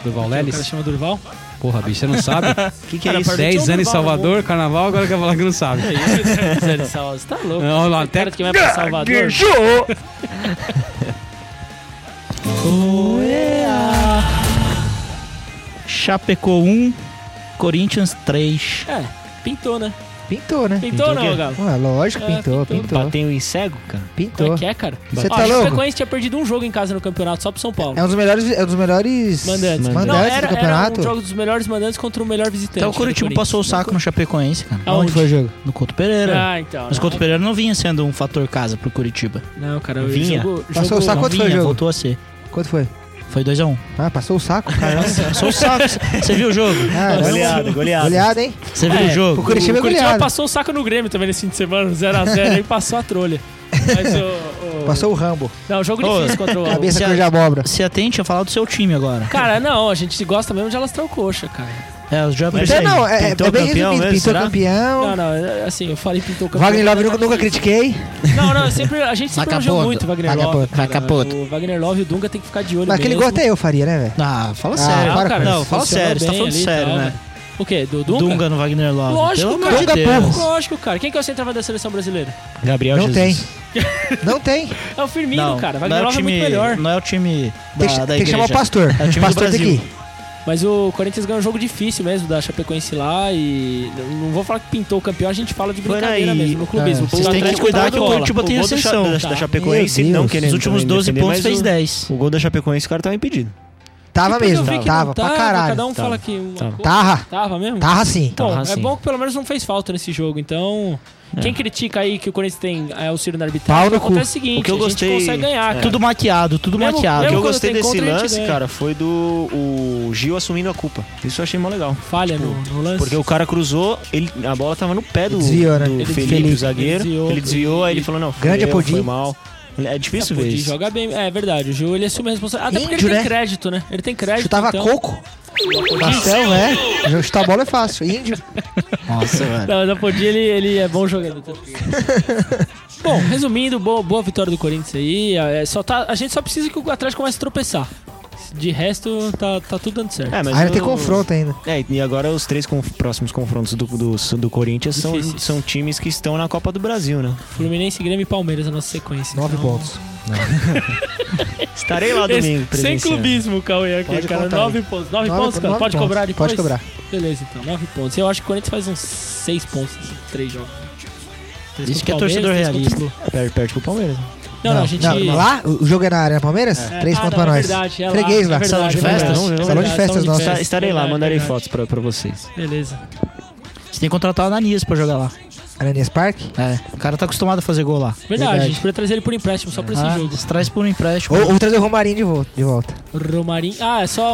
Durval
O cara
Lelis.
chama Durval?
Porra, bicho, você não sabe?
O que, que é
Cara,
isso?
perdeu-
Dez
Durval
anos em
no
Salvador, carnaval, agora quer falar que não sabe.
É isso, Zé de Sal, Você tá louco?
Não, olha lá,
Tem
até-
cara que vai pra Salvador.
Chapecó 1, Corinthians 3.
É, pintou, né?
Pintou, né?
Pintou,
Pintou o
não,
quê?
Galo?
Ué, lógico,
É,
pintou,
pintou.
pintou.
Bateu em cego, cara?
Como
Pintou.
é que é, cara?
Você
Ó,
tá
A
louco?
Chapecoense tinha perdido um jogo em casa no campeonato, só pro São Paulo.
É um dos melhores, é um dos melhores
Mandantes. Não,
mandantes
era,
do
era
campeonato.
um jogo dos melhores mandantes contra o melhor visitante.
Até Então o
do
Curitiba
Corinthians.
passou o saco no Chapecoense, cara.
Onde
Aonde?
foi o jogo?
No Couto Pereira.
Ah, então.
Mas
né?
Couto Pereira não vinha sendo um fator casa pro Curitiba.
Não, cara, o
Vinha.
jogo...
Passou
jogo-
o saco-
não
quanto foi o
vinha,
jogo?
voltou a ser.
Quanto foi?
Foi 2x1.
Ah, passou o saco?
Passou o saco. Você viu o jogo?
Caramba.
Tá Goleado, goleado.
Goleada, hein?
Você viu
É,
o jogo?
O Curitiba é
O Curitiba
goleado.
passou o saco no Grêmio também nesse fim de semana, 0x0, aí passou a trolha. Mas o... o-
Passou o Rambo.
Não, jogo difícil contra o...
Cabeça
Thiago-
cruz de abóbora.
Se atente a falar do seu time agora.
Cara, não, a gente gosta mesmo de alastrar o coxa, cara.
É, os jogos.
Mas
Então,
aí,
não, é, é
pintou
bem resumido.
campeão mesmo,
Pintou
será?
Não,
campeão.
não, é- assim, eu falei pintou o campeão.
Wagner Love nunca, nunca critiquei.
Não, não, eu sempre, a gente sempre elogiou
Vagabundo.
muito o Wagner Love.
Vagabundo.
cara.
Vagabundo.
O Wagner Love e o Dunga tem que ficar de olho
Mas aquele gol
mesmo.
até eu faria, né, velho?
Ah, fala
Ah,
sério.
para, cara,
não, fala
funcionou
sério. Você tá
bem
falando
ali e
sério,
tal,
né?
velho. O quê? Do Dunga?
Dunga no Wagner Love.
Lógico,
Pelo
cara.
amor de Deus.
Lógico, cara. Quem que é o centroavante da seleção brasileira?
É
Gabriel
Não tem.
Jesus.
Não tem.
É o Firmino,
Não,
cara.
não
Wagner
é o
Love é
time,
muito melhor.
Não é o time da,
Tem, que-
da
tem que chamar o
igreja.
pastor.
É o time do
O pastor tem que
Brasil.
ir.
Mas o Corinthians ganhou um jogo difícil mesmo da Chapecoense lá e não vou falar que pintou o campeão, a gente fala de brincadeira
aí.
mesmo, no clubismo.
É,
O
vocês têm que
Atlético
cuidar
tava
que
na
o
bola.
Curitiba tem
O gol da
ascensão.
Cha- da, da Chapecoense,
Meu
não
Deus.
querendo
Nos últimos
também
12
defender,
pontos
mas
fez
o-
10.
O gol da Chapecoense, o cara tava impedido.
Tava
Depois eu
mesmo.
vi que
Tava
não
pra
Cada
caralho.
um
Tava.
fala que uma
Tava.
coisa-
Tava.
Tava mesmo?
Tava sim.
Bom,
Tava,
é
Ah, sim. É.
bom que pelo menos não fez falta nesse jogo, então. Quem critica aí que o Corinthians tem é, auxílio na
Pau
arbitragem,
no
acontece
cu.
o seguinte,
O que eu
a gente
gostei- é,
consegue ganhar, cara.
Tudo maquiado, tudo
É. Mesmo-
O
maquiado.
Ah, que eu
quando
gostei
tem
desse
contra, a gente
lance,
ganha.
cara, foi do o Gil assumindo a culpa. Isso eu achei mó legal.
Falha no, no lance.
tipo,
é,
Porque o cara cruzou, ele, a bola tava no pé do,
Desviou, né?
do
Ele
Felipe,
desviou.
o zagueiro.
Ele
Ele
desviou.
desviou, aí ele falou, não,
Grande
fudeu,
Apodi.
foi mal. É
Isso
difícil ver isso.
joga bem. É verdade, o Gil ele assume a responsabilidade. Até porque
Índio,
ele tem
né?
crédito, né? Ele tem crédito.
Chutava
então...
coco. Pastel, é. Chutar a bola é fácil. Índio.
Nossa, velho.
Não, mas o Podia ele, ele é bom jogador. tá? bom, é, resumindo, boa, boa vitória do Corinthians aí. É, só tá, a gente só precisa que o Atlético comece a tropeçar. De resto, tá, tá tudo dando certo.
É, mas
Ainda tem
o-
confronto ainda.
É, e agora os três conf- próximos confrontos do, do, do Corinthians são,
Difíceis.
são times que estão na Copa do Brasil, né?
Fluminense, Grêmio e Palmeiras, a nossa sequência.
Nove
Então,
pontos.
Estarei lá
Esse-
domingo,
sem
presenciando.
clubismo, Cauê, aqui,
Pode
cara.
contar,
nove pontos. Nove,
Nove
pontos,
pontos,
cara.
nove
pode
pontos.
cobrar depois?
Pode cobrar.
Beleza, então. Nove pontos. Eu acho que o Corinthians faz uns seis pontos em três jogos. Três
Isso que é
contra o
torcedor
Palmeiras, três
realista.
contra o Flu.
Per- Perde pro Palmeiras.
Não, não, a gente...
mas lá, o jogo é na Arena Palmeiras? Três
ah,
pontos
não,
pra
é
nós.
verdade, é lá,
Freguês
é
lá.
verdade,
Salão de
é verdade,
festas?
é verdade,
Salão de festas nosso.
festas.
Esta- estarei lá,
Verdade,
mandarei
verdade.
fotos pra, pra vocês.
Beleza.
Você tem que contratar o Ananias pra jogar lá.
Aranias Park?
É, o cara tá acostumado a fazer gol lá.
Verdade, a gente podia trazer ele por empréstimo só pra esse
Ah,
jogo.
você traz por um empréstimo.
Ou, ou trazer o Romarinho de volta. De volta.
Romarinho. Ah, é só.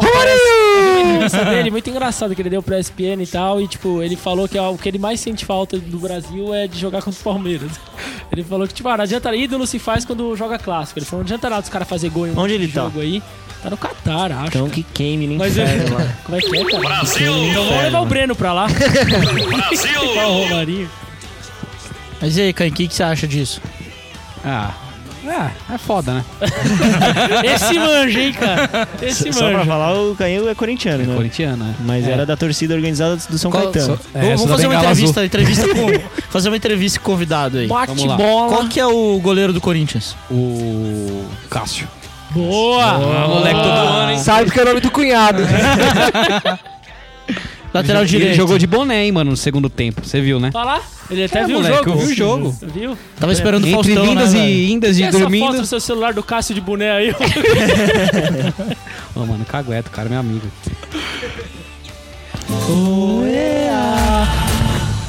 entrevista dele, muito engraçado que ele deu pra ESPN e tal, e tipo, ele falou que ó, o que ele mais sente falta do Brasil é de jogar contra o Palmeiras. Ele falou que, tipo, ah, não adianta ídolo se faz quando joga clássico. Ele falou, não adianta nada os caras fazer gol em um
Onde ele tá?
jogo aí. Tá no Catar, acho.
Então que queime no
Mas eu-
inferno lá.
Como é que é, cara?
Brasil!
Então vamos levar o Breno pra lá.
Brasil!
Ó, o Romarinho.
Mas e aí, Caio, o que, que você acha disso?
Ah. É, é foda, né?
Esse manja, hein, cara? Esse
Só pra
manja.
falar, o Canhil é corintiano, né?
Corintiano, né?
Mas
É.
era da torcida organizada do São
Qual-
Caetano.
É,
vamos
sou da
fazer uma
Bengala
entrevista,
Azul.
entrevista com. Fazer uma entrevista com o convidado aí.
Bate
Vamos lá.
bola.
Qual que é o goleiro do Corinthians?
O Cássio.
Boa!
moleque todo ano,
Sabe porque é o nome do cunhado.
Lateral
Ele jo-
direito.
Ele jogou de boné, hein, mano, no segundo tempo. Você viu, né?
Tá lá? Ele até
É,
viu
moleque,
o jogo.
eu vi o jogo.
Viu?
Tava esperando o
Entre
Faustão,
vindas
né, velho?
e indas
E
e
essa foto do
dormindo.
seu celular do Cássio de boné aí?
Ô, mano, cagueto, o cara é meu amigo.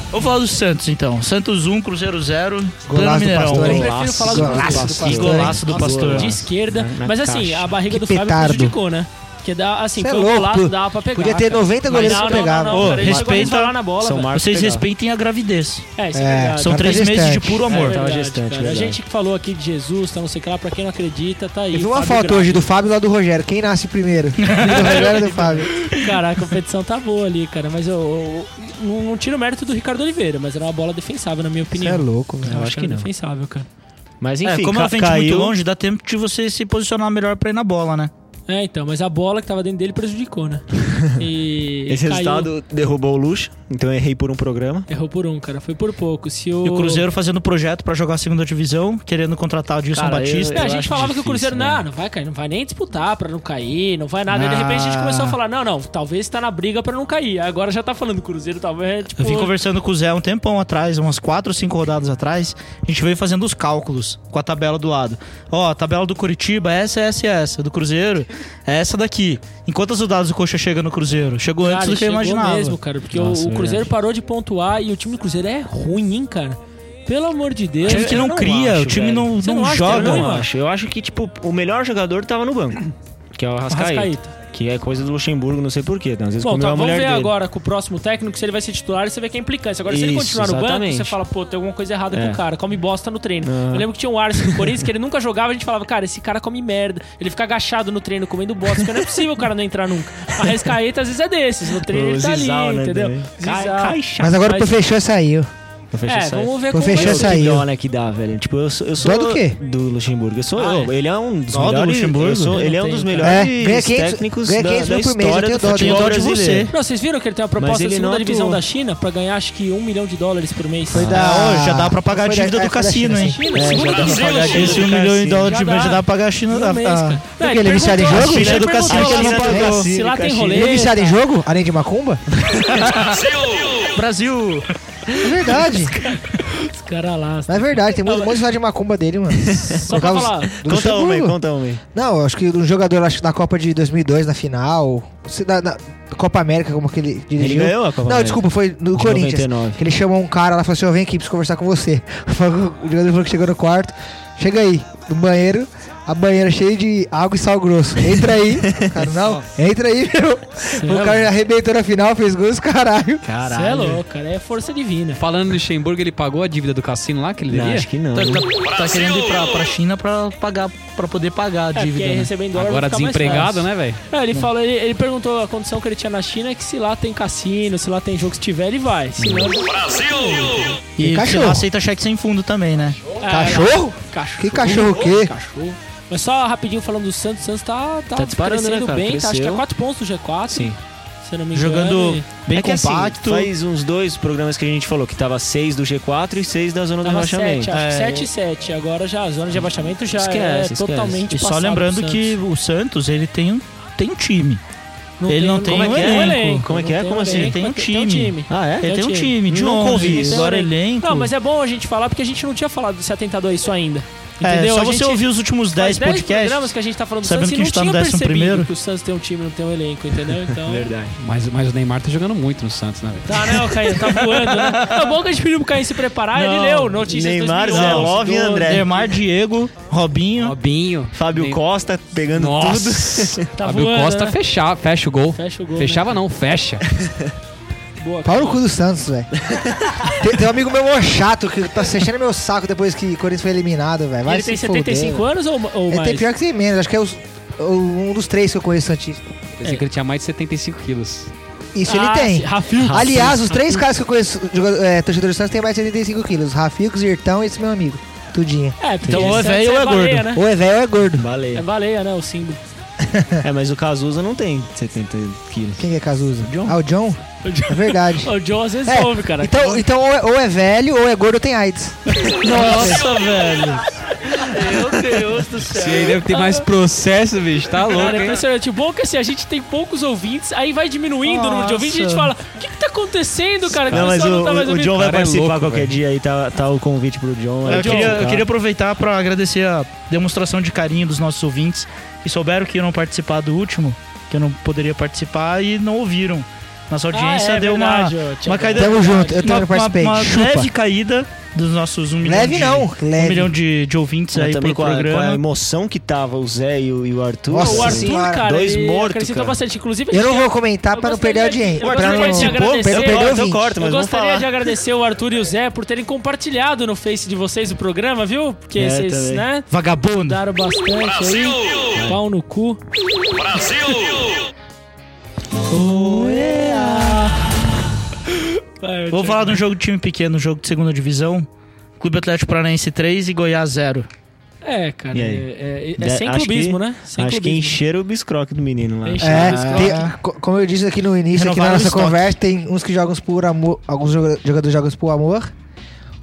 Vamos falar do Santos, então. Santos 1, Cruzeiro 0. Plano
Golaço do
Mineirão.
pastor, hein?
Eu prefiro falar do
Golaço do
Pastor.
Que
pastor. hein?
golaço do Pastor.
De esquerda. Mas assim, a barriga
Que
do Fábio
petardo.
prejudicou, né? Porque dá, assim,
Cê é
foi um
louco.
golaço, dava pra pegar.
Podia ter
cara.
90
Mas
goleiros
não,
pra
não, não,
pegar. mano.
não,
Ô,
peraí, deixa eu
respeita-
falar na bola,
São
velho.
Marcos
Vocês
pegava.
respeitem a gravidez.
É, isso é,
É,
verdade.
Cara,
São
tá
três meses de
gestante.
puro
É
amor.
verdade,
Tava gestante,
cara. A
verdade.
gente que falou aqui de Jesus, tá não sei o que lá, pra quem não acredita, tá aí.
Eu vi uma
Fábio
foto
Graça.
hoje do Fábio lá do Rogério. Quem nasce primeiro? do Rogério ou do Fábio?
Cara, a competição tá boa ali, cara. Mas eu, eu- eu não- não tiro o mérito do Ricardo Oliveira, mas era uma bola defensável, na minha
Você é
opinião.
louco, meu.
Eu
acho
acho
que
que era
não.
defensável, cara.
Mas
É,
enfim,
como ela
ca
vem de
caiu.
muito longe, dá tempo de você se posicionar melhor pra ir na bola, né?
É, então, mas a bola que tava dentro dele prejudicou, né? E
Esse
caiu.
resultado derrubou o Luxo, então eu errei por um programa.
Errou por um, cara. Foi por pouco. Se o...
E o Cruzeiro fazendo projeto pra jogar a segunda divisão, querendo contratar o Dilson
Cara, eu-
Batista.
É, a gente
acho
falava que o
difícil,
Cruzeiro
né?
não, não vai cair, não vai nem disputar pra não cair, não vai nada. Aí, de repente a gente começou a falar, não, não, talvez tá na briga pra não cair. Aí Agora já tá falando Cruzeiro, talvez, tipo,
Eu vim conversando com o Zé um tempão atrás, umas 4 ou 5 rodadas atrás. A gente veio fazendo os cálculos com a tabela do lado. Ó, a tabela do Curitiba é essa, essa e essa. Do Cruzeiro é essa daqui. Em quantas rodadas o Coxa chega no Cruzeiro? Chegou
cara,
antes do que eu
"Ah, chegou
imaginava. é
mesmo, cara, porque
Nossa,
o, o
verdade.
Cruzeiro parou de pontuar e o time do Cruzeiro é ruim, hein, cara. Pelo amor de
O
Deus.
time que
eu
não, cria, o
acho,
time
velho.
não,
Você
não
não acha,
joga.
Não,
Eu
mano.
não acho. Eu acho que, tipo, o melhor jogador tava no banco. Que é o Arrascaeta.
Arrascaeta.
Que é coisa do Luxemburgo, não sei porquê. né? Às vezes
Bom,
comeu
tá,
a
vamos
mulher
ver
dele.
agora com o próximo técnico se ele vai ser titular e você vê que é implicância. Agora, se ele
Isso,
continuar no banco,
exatamente.
você fala, pô, tem alguma coisa errada
É.
com o cara, come bosta no treino.
Ah.
Eu lembro que tinha um Arce do Corinthians que ele nunca jogava, a gente falava, cara, esse cara come merda, ele fica agachado no treino comendo bosta, porque não é possível o cara não entrar nunca. A Rescaeta às vezes é desses, no treino
O
ele tá
Zizal,
ali,
né,
entendeu?
também.
Zizal.
Mas agora o
Mas-
professor fechou e saiu.
Eu fecho
É,
essa aí.
vamos ver
Tô
como vai
fechando
ser.
essa- saiu.
Que dó, né, que dá, velho. Tipo, eu sou. Eu sou
Dó do quê?
Do Luxemburgo. Eu sou.
Ah,
eu- Ele é um dos
Dó do
melhores.
Luxemburgo?
eu sou-
Eu
ele é
não
um dos
tenho,
melhores
É, ganha 500
técnicos
ganha
da,
500
da
mil por mês, eu
história
tenho
do
dó de-
futebol
dó de
brasileiro.
Não, vocês viram que ele tem uma
Mas
proposta da
ele
segunda
não
divisão
atuou.
da China pra ganhar acho que um milhão de dólares por mês.
Foi da-
Ah, hoje já dá pra pagar a
Foi da-
dívida
é, foi
do
da
cassino,
China,
hein?
sim.
China,
É,
segunda
já dá pra
divisão.
pagar
da
disso.
Esse
China.
um milhão em dólar
Já
de mês
dá.
já dá pra pagar a China.
No mês,
a- a-
cara. Não,
ele é viciado em
perguntou-
jogo?
Ele
China do
perguntou
cassino,
lá
ele não
se-
pagou.
Se lá tem rolê.
Ele é viciado em jogo? Além de macumba?
Brasil!
É verdade.
Os caras lá.
É verdade. Tem muito muito viciado de macumba dele, mano.
Só pra falar.
do
Conta uma aí,
Luxemburgo.
conta uma aí.
Não, acho que um jogador acho, que na Copa de 2002, na final. se Na, na Copa América, como que ele
Ele
dirigiu.
ganhou a Copa
Não,
América.
desculpa, foi no
De
Corinthians.
99.
Que ele chamou um cara lá e falou assim: Eu venho aqui, preciso conversar com você. O jogador falou que chegou no quarto. Chega aí, no banheiro. A banheira cheia de água e sal grosso. Entra aí. O cara, não, entra aí, meu. O cara arrebentou na final, fez gols, caralho.
Você é louco, cara. É força divina.
Falando no Luxemburgo, ele pagou a dívida do cassino lá que ele
Não,
devia?
acho que não.
Tá, tá- tá querendo ir pra, pra China pra, pagar, pra poder pagar a
É, porque
dívida.
aí
né?
recebendo dólar
Agora
vai ficar mais
desempregado,
fácil.
né, velho?
É, ele, falou, ele, ele perguntou a condição que ele tinha na China é que se lá tem cassino, se lá tem jogo, se tiver, ele vai. Se não, é,
Brasil!
E
E
você
cachorro?
aceita cheque sem fundo também, né?
Ah,
Cachorro?
não. Cachorro.
Que cachorro o quê?
Cachorro. Mas só rapidinho falando do Santos, o Santos tá, tá,
Tá disparando,
crescendo
né, cara?
bem, tá, acho que é
Cresceu.
4 pontos do G4.
Sim.
Se eu não me engano.
Jogando
e
bem
é que assim,
compacto.
faz uns dois programas que a gente falou que tava seis do G4 e seis da zona do
Tava 7,
rebaixamento.
acho que
É.
7 e 7. Agora já a zona de abaixamento já é
Esquece, esquece.
totalmente
E só
passada
lembrando
do
que
Santos.
o Santos, ele tem um, tem um time. ele não tem
como
um
é que é?
elenco.
Como é que é?
Não
Como assim?
elenco,
Tem um
mas
time. Tipo.
Ah, é?
Ele tem,
Tem um
um
time.
time, de
Nunca
nunca
ouvi
ouvi
isso.
Agora
Tem um
elenco.
Não, mas é bom a gente falar porque a gente não tinha falado, se atentado a isso ainda.
É,
Entendeu?
só
A
você
gente-
ouvir os últimos
faz
10
10
podcasts.
programas que a gente tá falando do
sabendo
Santos e
que a
não
gente tá
tinha
no décimo
percebido
primeiro.
que o Santos tem um time, não tem um elenco, entendeu? Então...
É Verdade.
Mas, mas o Neymar tá jogando muito no Santos, né, velho?
Tá, né, o Caio? Tá voando, né? É bom que a gente pediu pro Caio se preparar, ele
Não,
leu é notícias
Neymar,
2011,
Zé Love e
12.
André.
Neymar, Diego,
Hum.
Robinho.
Robinho.
Fábio
Ney-
Costa pegando
Nossa.
tudo.
Tá
Fábio
voando,
Costa
né?
fecha, fecha o gol. né?
Fecha o gol.
Fechava não, fecha.
né? Boa.
Pau no cu do Santos, velho. tem, tem um amigo meu mó chato que tá fechando meu saco depois que o Corinthians foi eliminado, velho. Vai
Ele tem
se foder,
75
velho.
anos ou, ou
Ele
mais?
tem pior que tem menos. Acho que é os- o- um dos três que eu conheço Santista.
Pensei que ele tinha mais de 75 quilos.
Isso
Ah,
ele tem.
sim, Rafinha.
Aliás, os três caras que eu conheço, jogador- é, torcedor do Santos, tem mais de 75 quilos. Rafico, Zirtão e esse meu amigo. Tudinho.
É, porque
Então ou é
Santos
velho ou é
baleia, Né?
Ou é velho ou é gordo.
É
Baleia.
baleia, né? O símbolo.
É, mas o Cazuza não tem 70 quilos.
Quem que é Cazuza?
John.
Ah, o John?
O John.
É verdade.
O Joe às vezes
É,
ouve, cara.
Então, então ou, é, ou é velho ou é gordo ou tem AIDS.
Nossa, velho.
Meu Deus do céu.
Sim, ele deve ter mais processo, bicho. Tá louco,
Cara, é
hein?
impressionante. O bom é que assim, a gente tem poucos ouvintes, aí vai diminuindo o número de
Nossa.
ouvintes e a gente fala: o que, que tá acontecendo, cara? Que
Não, mas
pessoal
o,
tá mais
o- o
ouvindo?"
John vai
Cara, é
participar
louco,
qualquer
velho.
dia aí, tá, tá o convite pro John.
Eu
Aí,
queria,
John,
eu
tá?
queria aproveitar para agradecer a demonstração de carinho dos nossos ouvintes que souberam que iam participar do último, que eu não poderia participar e não ouviram. Nossa audiência
Ah, é
deu uma,
verdade, ó, tinha-
uma caída.
Tamo junto, eu
uma,
também não participei.
uma- uma leve
Chupa.
caída dos nossos um milhão
Leve
de,
não,
um
leve.
milhão de, de ouvintes
Mas
aí
também
pro
é,
com é a, com a
programa.
emoção que tava o Zé e o, e o Arthur.
Nossa,
O Arthur,
Senhora,
cara,
dois
ele
mortos,
acrescentou
cara. um
bastante. Inclusive,
Eu não
tinha-
vou comentar
Eu
para não
gostaria
perder a
de- eu
audiência. Pra
gostaria
não,
de te
pra
agradecer.
não perder
Eu
o
corto, eu
ouvinte.
corto,
Eu
mas vamos
gostaria
falar.
de agradecer o Arthur e o Zé por terem compartilhado no Face de vocês o programa, viu? Porque
É,
vocês,
também.
né,
Vagabundo.
daram bastante
Brasil!
aí. Pau no cu.
Brasil!
ah. Vai,
Vou
Thiago.
falar de um jogo de time pequeno, um jogo de segunda divisão. Clube Atlético Paranaense 3 e Goiás 0.
É, cara.
E
É,
aí?
é- é
Da-
sem
acho
clubismo,
que-
né? Sem
Acho que
clubismo.
encheram o biscroque do menino lá.
Enche-
É,
Ah.
tem- co- como eu disse aqui no início, aqui na
Renovaram o
nossa
estoque.
conversa, tem uns que jogam por amor, alguns joga- jogadores jogam por amor,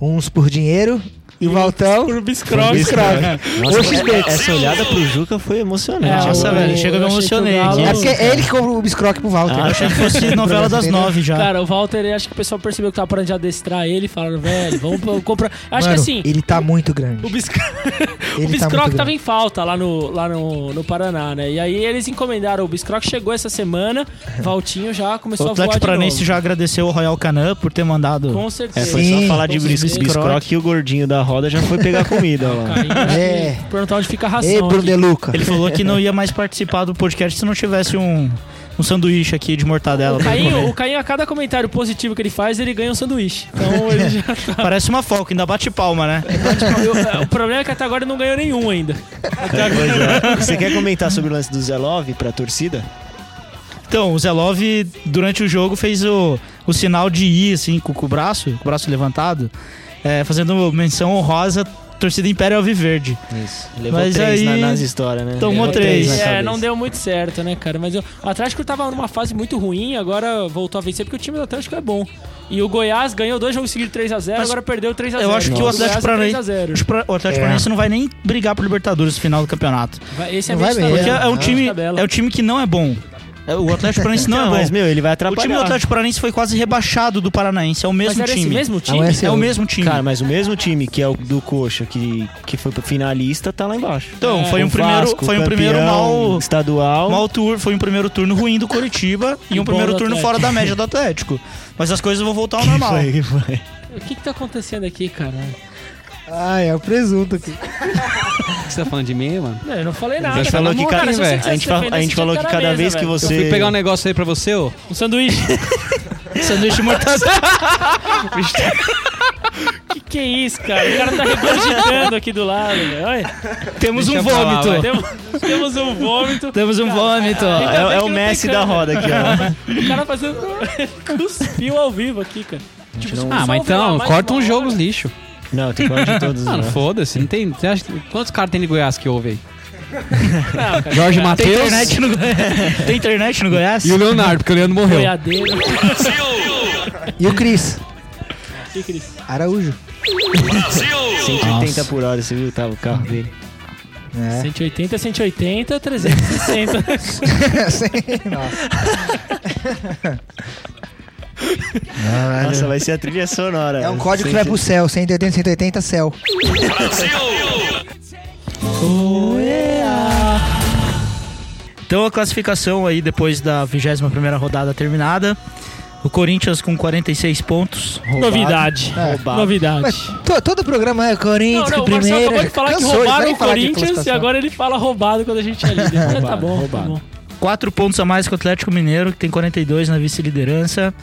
uns por dinheiro, e o Valtão
Por
O
biscroque.
escravo.
Nossa, é,
Ou X-Bet.
essa olhada pro Juca foi emocionante.
É,
Nossa,
o-
velho, chega eu me
achei que o
emocionei aqui.
Galo-
É porque é ele que compra o biscroque pro Walter.
Ah,
Eu achei que fosse novela das
Entendeu?
nove já.
Cara, o Walter, acho que o pessoal percebeu que tava parando de adestrar ele, falaram, velho, vamos p- comprar. Acho
Mano,
que assim,
Ele tá muito grande.
o biscroque.
Ele
O
tá
Biscroc
muito
tava
grande.
em falta lá, no, lá no, no Paraná, né? E aí eles encomendaram. O Biscroc chegou essa semana, Valtinho já começou
o
a voar de
Atlético Paranense
novo.
já agradeceu o Royal Canan por ter mandado.
Com
É,
certeza.
foi só
Sim.
falar de
Com
bis-
certeza.
biscroque e o gordinho da roda já foi pegar comida lá.
Carinho, acho que
É.
né? Perguntar onde fica a ração.
Ei, Bruno
aqui.
De Luca.
Ele falou que não ia mais participar do podcast se não tivesse um, um sanduíche aqui de mortadela.
O
pra ele
Cainho,
comer.
o Cainho, a cada comentário positivo que ele faz, ele ganha um sanduíche. Então ele já tá.
Parece uma foca, ainda bate palma, né?
Eu- o problema é que até agora ele não ganhou nenhum ainda. Tá
Pois é. Você quer comentar sobre o lance do Zé Love pra torcida?
Então, o Zelov, durante o jogo, fez o, o sinal de I, assim, com, com o braço, com o braço levantado, é, fazendo menção honrosa à torcida Império Alviverde.
Isso. Levou
Mas
três
aí-
na, nas histórias, né?
Tomou
Levou
três.
na
É,
cabeça.
não deu muito certo, né, cara? Mas eu- o Atlético tava numa fase muito ruim, agora voltou a vencer porque o time do Atlético é bom. E o Goiás ganhou dois jogos seguidos 3x0,
Mas
agora perdeu 3x0.
Eu acho que o
é
Atlético Paranaense
Paranaense.
o Atlético
É.
Paranaense não vai nem brigar pro Libertadores no final do campeonato.
Esse é
Não vai
meio
mesmo.
Porque é,
tabela.
um time,
tabela.
é um time que não é bom. É, O Atlético Paranaense não é
Não,
bom.
mas, meu, ele vai
O
atrapalhar.
time do Atlético Paranaense foi quase rebaixado do Paranaense. É o
Mas
mesmo
era esse
time.
mesmo time?
Não é esse
É o
outro.
mesmo time.
Cara, mas o mesmo time que é o do Coxa, que, que foi pro finalista, tá lá embaixo.
então,
é,
foi
O
um primeiro,
Vasco,
foi um
campeão
primeiro mal,
Estadual.
mal turno, foi um primeiro turno ruim do Coritiba e
E
um
bom
primeiro
do
turno
Atlético.
fora da média do Atlético. Mas as coisas vão voltar ao normal.
Foi, que foi.
é.
O que que tá acontecendo aqui, cara?
Ai, é o presunto aqui.
O que você tá falando de mim, mano?
Não, eu não falei nada.
A gente
cara.
falou
Na
que
moral,
cada,
um se você
é. a
quisesse
gente fa-
defender,
a
você
gente
tinha
falou que
na
cada
mesa,
vez que
velho.
Eu
você.
fui pegar um negócio aí pra você, ô.
Um sanduíche.
Sanduíche mortadela.
que que é isso, cara? O cara tá regurgitando aqui do lado, velho. Olha,
Temos
Deixa
um
pra lá,
vômito.
vai.
temos, temos um vômito.
Temos um vômito.
É, é
Ainda bem que
o
não
Messi
tem
da
câmera.
roda aqui, ó.
O cara fazendo. cuspiu ao vivo aqui, cara. Tipo, se
um
Ah,
for
mas
ouvir lá
então,
mais
corta
uma
uns
hora-
jogos lixo.
Não, tem que falar de todos.
Mano,
é.
né?
foda-se. Não tem. você acha que- Quantos caras tem de Goiás que ouve aí? Jorge
Tem
Matheus
internet no Goiás? Tem internet no Goiás?
e o Leonardo, porque o Leandro morreu. Ah,
Goiadeiro.
Brasil!
E o Cris?
E Cris?
Araújo.
Brasil!
180 por hora, você viu? Tava o carro dele.
É.
180, 180, 360.
É assim. Sim, nossa. Caralho.
Nossa, vai ser a trilha sonora.
É um código que vai pro céu, 180, 180, céu.
Brasil!
Então a classificação aí depois da 21ª rodada terminada. O Corinthians com 46 pontos.
É.
Novidade. Novidade.
Mas to- todo programa é
Não,
Corinthians,
não, o Marcelo
primeiro.
acabou
é
de falar que
cansou, eles
roubaram
querem
o
falar de
Corinthians e
classificação.
agora ele fala roubado quando a gente é líder. É, tá bom, tá
roubado.
bom.
4 pontos a mais que o Atlético Mineiro, que tem 42 na vice-liderança.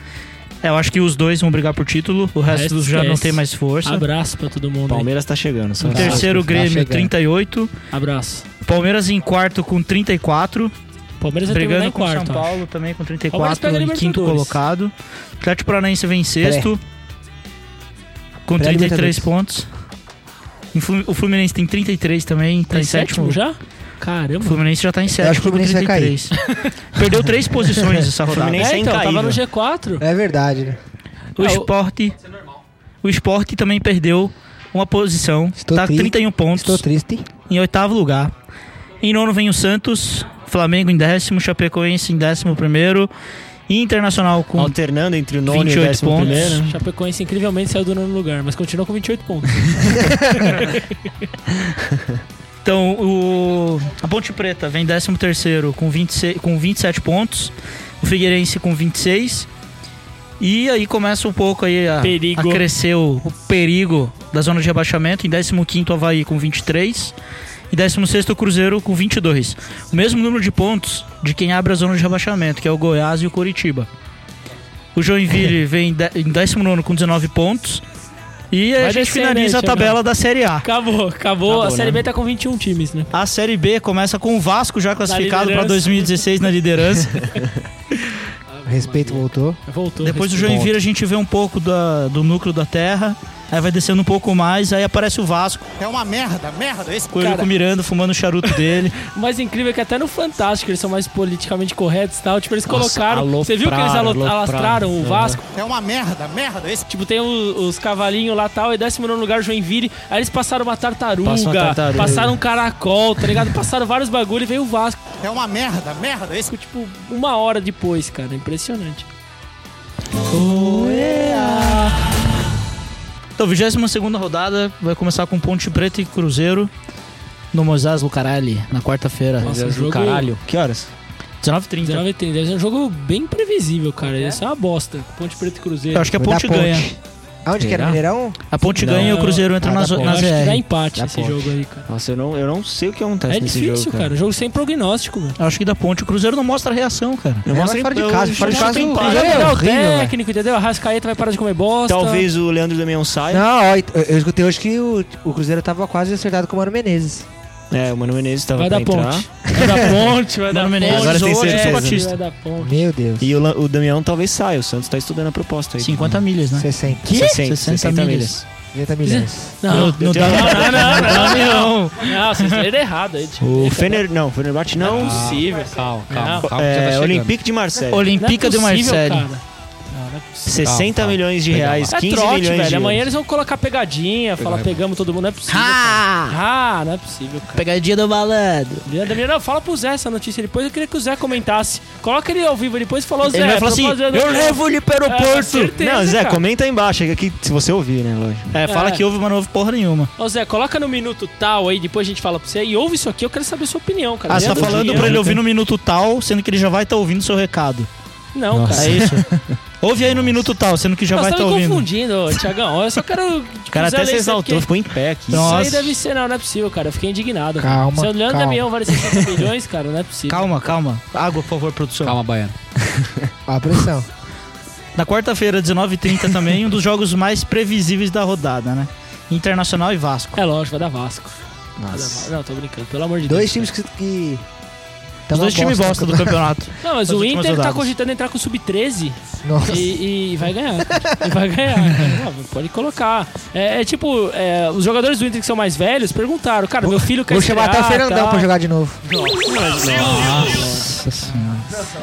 É, eu acho que os dois vão brigar por título, o resto
resto
já não
esquece.
tem mais força.
Abraço pra todo mundo. aí.
Palmeiras tá chegando. Só
Em terceiro, o
tá
Grêmio,
chegando.
38.
Abraço.
Palmeiras em quarto com 34.
Palmeiras vai terminar
brigando
em
com o São
quarto. ó.
Paulo também com
Palmeiras
34
pega a
em quinto
Libertadores.
colocado. Atlético Paranaense vem em sexto com
Pera aí,
33
Libertadores.
pontos. Em Flu- O Fluminense tem 33 também, tá
Tá
em sétimo.
já?
O
Caramba.
Fluminense já tá em sétimo.
acho que o
com
Fluminense vai cair.
33. Perdeu três posições essa rodada.
Fluminense-
É,
é
então, tava
incaível.
no G4.
É verdade, né?
O
Ah, o-
esporte. O esporte também perdeu uma posição.
Estou
tá com
tri-
31 pontos.
Estou triste.
em oitavo lugar. Em nono vem o Santos, Flamengo em décimo, Chapecoense em décimo primeiro, e Internacional com
Alternando entre o nono e o
28
décimo
pontos.
primeiro.
É.
né?
Chapecoense incrivelmente saiu do nono lugar, mas continuou com 28 pontos.
então o a Ponte Preta vem em décimo terceiro com 26, com 27 pontos, o Figueirense com 26 e aí começa um pouco aí a,
Perigo.
a crescer o, o perigo da zona de rebaixamento. Em 15º Havaí com 23 e 16º Cruzeiro com 22. O mesmo número de pontos de quem abre a zona de rebaixamento, que é o Goiás e o Coritiba. O Joinville vem em de- em 19 com 19 pontos. E aí
Vai
a gente
descendo aí,
finaliza a
chegando.
tabela da Série A.
Acabou, acabou. a
Acabou,
Série
né?
B tá com 21 times, né?
A Série B começa com o Vasco já classificado para
liderança.
2016 na liderança.
Respeito voltou.
Voltou.
Depois do Joinville a gente vê um pouco da- do núcleo da terra. Aí vai descendo um pouco mais, aí aparece o Vasco,
É uma merda, merda esse.
com o Eurico
Cara.
Miranda fumando o charuto dele.
O mais incrível é que até no Fantástico eles são mais politicamente corretos e tal. Tipo, eles colocaram.
alopraram,
Você viu que eles alo-
alopraram.
alastraram o
É.
Vasco?
É uma merda, merda esse.
Tipo, tem o- os cavalinhos lá tal, e décimo nono lugar Joinville. Aí eles passaram uma tartaruga,
Passa uma tartaruga.
passaram um caracol, tá ligado? Passaram vários bagulho e veio o Vasco,
É uma merda, merda esse.
tipo, uma hora depois, cara. Impressionante.
Então, 22 rodada vai começar com Ponte Preta e Cruzeiro no Moisés Lucarelli, na quarta-feira.
Nossa,
Do
jogo-
Caralho. Que horas?
19h30.
19 30 é um jogo bem previsível, cara. Isso é uma bosta. Ponte Preta e Cruzeiro.
Eu acho que a
Vai dar
Ponte, ganha.
Aonde que era?
Será?
Mineirão?
A Ponte
Não.
ganha e o Cruzeiro entra
Ah,
na,
da
zo-
Ponte.
na
Eu acho que dá
ZR.
empate
é, Dá
esse
ponte.
jogo aí, cara.
Nossa, eu não, eu não sei o que acontece
É
nesse
difícil,
jogo,
cara. Jogo sem prognóstico, mano.
Eu acho que da Ponte o Cruzeiro não mostra reação, cara.
Eu
É,
mostro
mas fora de
então
eu-
casa, fora de
eu
casa
tenho
o
empate.
Cruzeiro é
Vai mudar tá o
horrível, velho.
técnico, entendeu? A Rascaeta vai parar de comer bosta.
Talvez o Leandro Damião saia.
Não, ó, eu- eu escutei hoje que o, o Cruzeiro tava quase acertado com o Mano Menezes.
É, o Mano Menezes tava
Vai
pra
dar
entrar.
ponte. Vai dar ponte, vai dar
Mano
ponte. é
Menezes,
Agora tem
ou Edson
certeza.
Batista.
Vai dar ponte.
Meu Deus.
E o, Lan- o Damião talvez saia. O Santos tá estudando a proposta aí.
50 milhas, né?
60.
60,
60
60 milhas.
milhas.
50 milhões.
Não,
não dá,
não,
não.
não, não, não, não.
Não.
Não, vocês estão lendo errado aí, tio.
O Fener... Não, o Fenerbahçe não.
é
Possível.
Calma, calma,
Não,
calma. que Ah, já tá
é,
chegando.
Olympique de Marseille.
Não é
Olympica de
possível,
Marseille.
cara. Não, não é possível.
60
Calma,
milhões de
calma.
reais,
É
15
trote,
milhões de
velho. Amanhã
euros.
eles vão colocar pegadinha, falar pegamos todo mundo. Não é possível. cara. Ah, não é possível, cara.
Pegadinha do malandro.
Leandro Damião, não, fala pro Zé essa notícia depois. Eu queria que o Zé comentasse. Coloca ele ao vivo depois e falou, Zé.
Ele vai falar
tô
assim,
fazendo-
eu levo ele para o
É,
aeroporto.
certeza,
Não, Zé,
cara.
comenta aí embaixo. é que se você ouvir, né, lógico.
É, fala
É.
que houve, mas não houve porra nenhuma.
Ô Zé, coloca no minuto tal aí, depois a gente fala pra você. E ouve isso aqui, eu quero saber a sua opinião, cara.
Ah, você tá
Leandro
falando
Damião.
pra ele ouvir no minuto tal, sendo que ele já vai estar ouvindo seu recado.
Não,
É
cara.
isso. Ouve aí no minuto tal, sendo que já
Não,
vai
você
estar
tá me
ouvindo.
confundindo, ô, Tiagão. Eu só quero.
O cara até se exaltou,
Isso
ficou em pé aqui.
Não.
aí
Nossa.
deve ser, não, não é possível, cara. Eu fiquei indignado. cara.
Calma,
Se o Leandro
calma.
Damião vale 60 milhões, cara, não é possível.
Calma, calma. Água, por favor, produção.
Calma, Baiano.
Ó, a pressão.
Na quarta-feira, 19h30 também, um dos jogos mais previsíveis da rodada, né? Internacional e Vasco.
É lógico, vai dar Vasco. Vai dar
Nossa.
Vasco. Não, tô brincando, pelo amor de
Dois
Deus.
times que, que Tá
Os
uma
dois times
bosta,
bosta do campeonato.
Não, mas
As
o
últimas
Inter tá
rodadas.
cogitando entrar com o Sub-13
Nossa.
e, e vai ganhar. cara. E vai ganhar. cara. Não, pode colocar. É, é tipo, é, os jogadores do Inter que são mais velhos perguntaram, cara, meu filho quer
Vou chamar até o
estrear, tá?"
Fernandão
tal.
pra jogar de novo.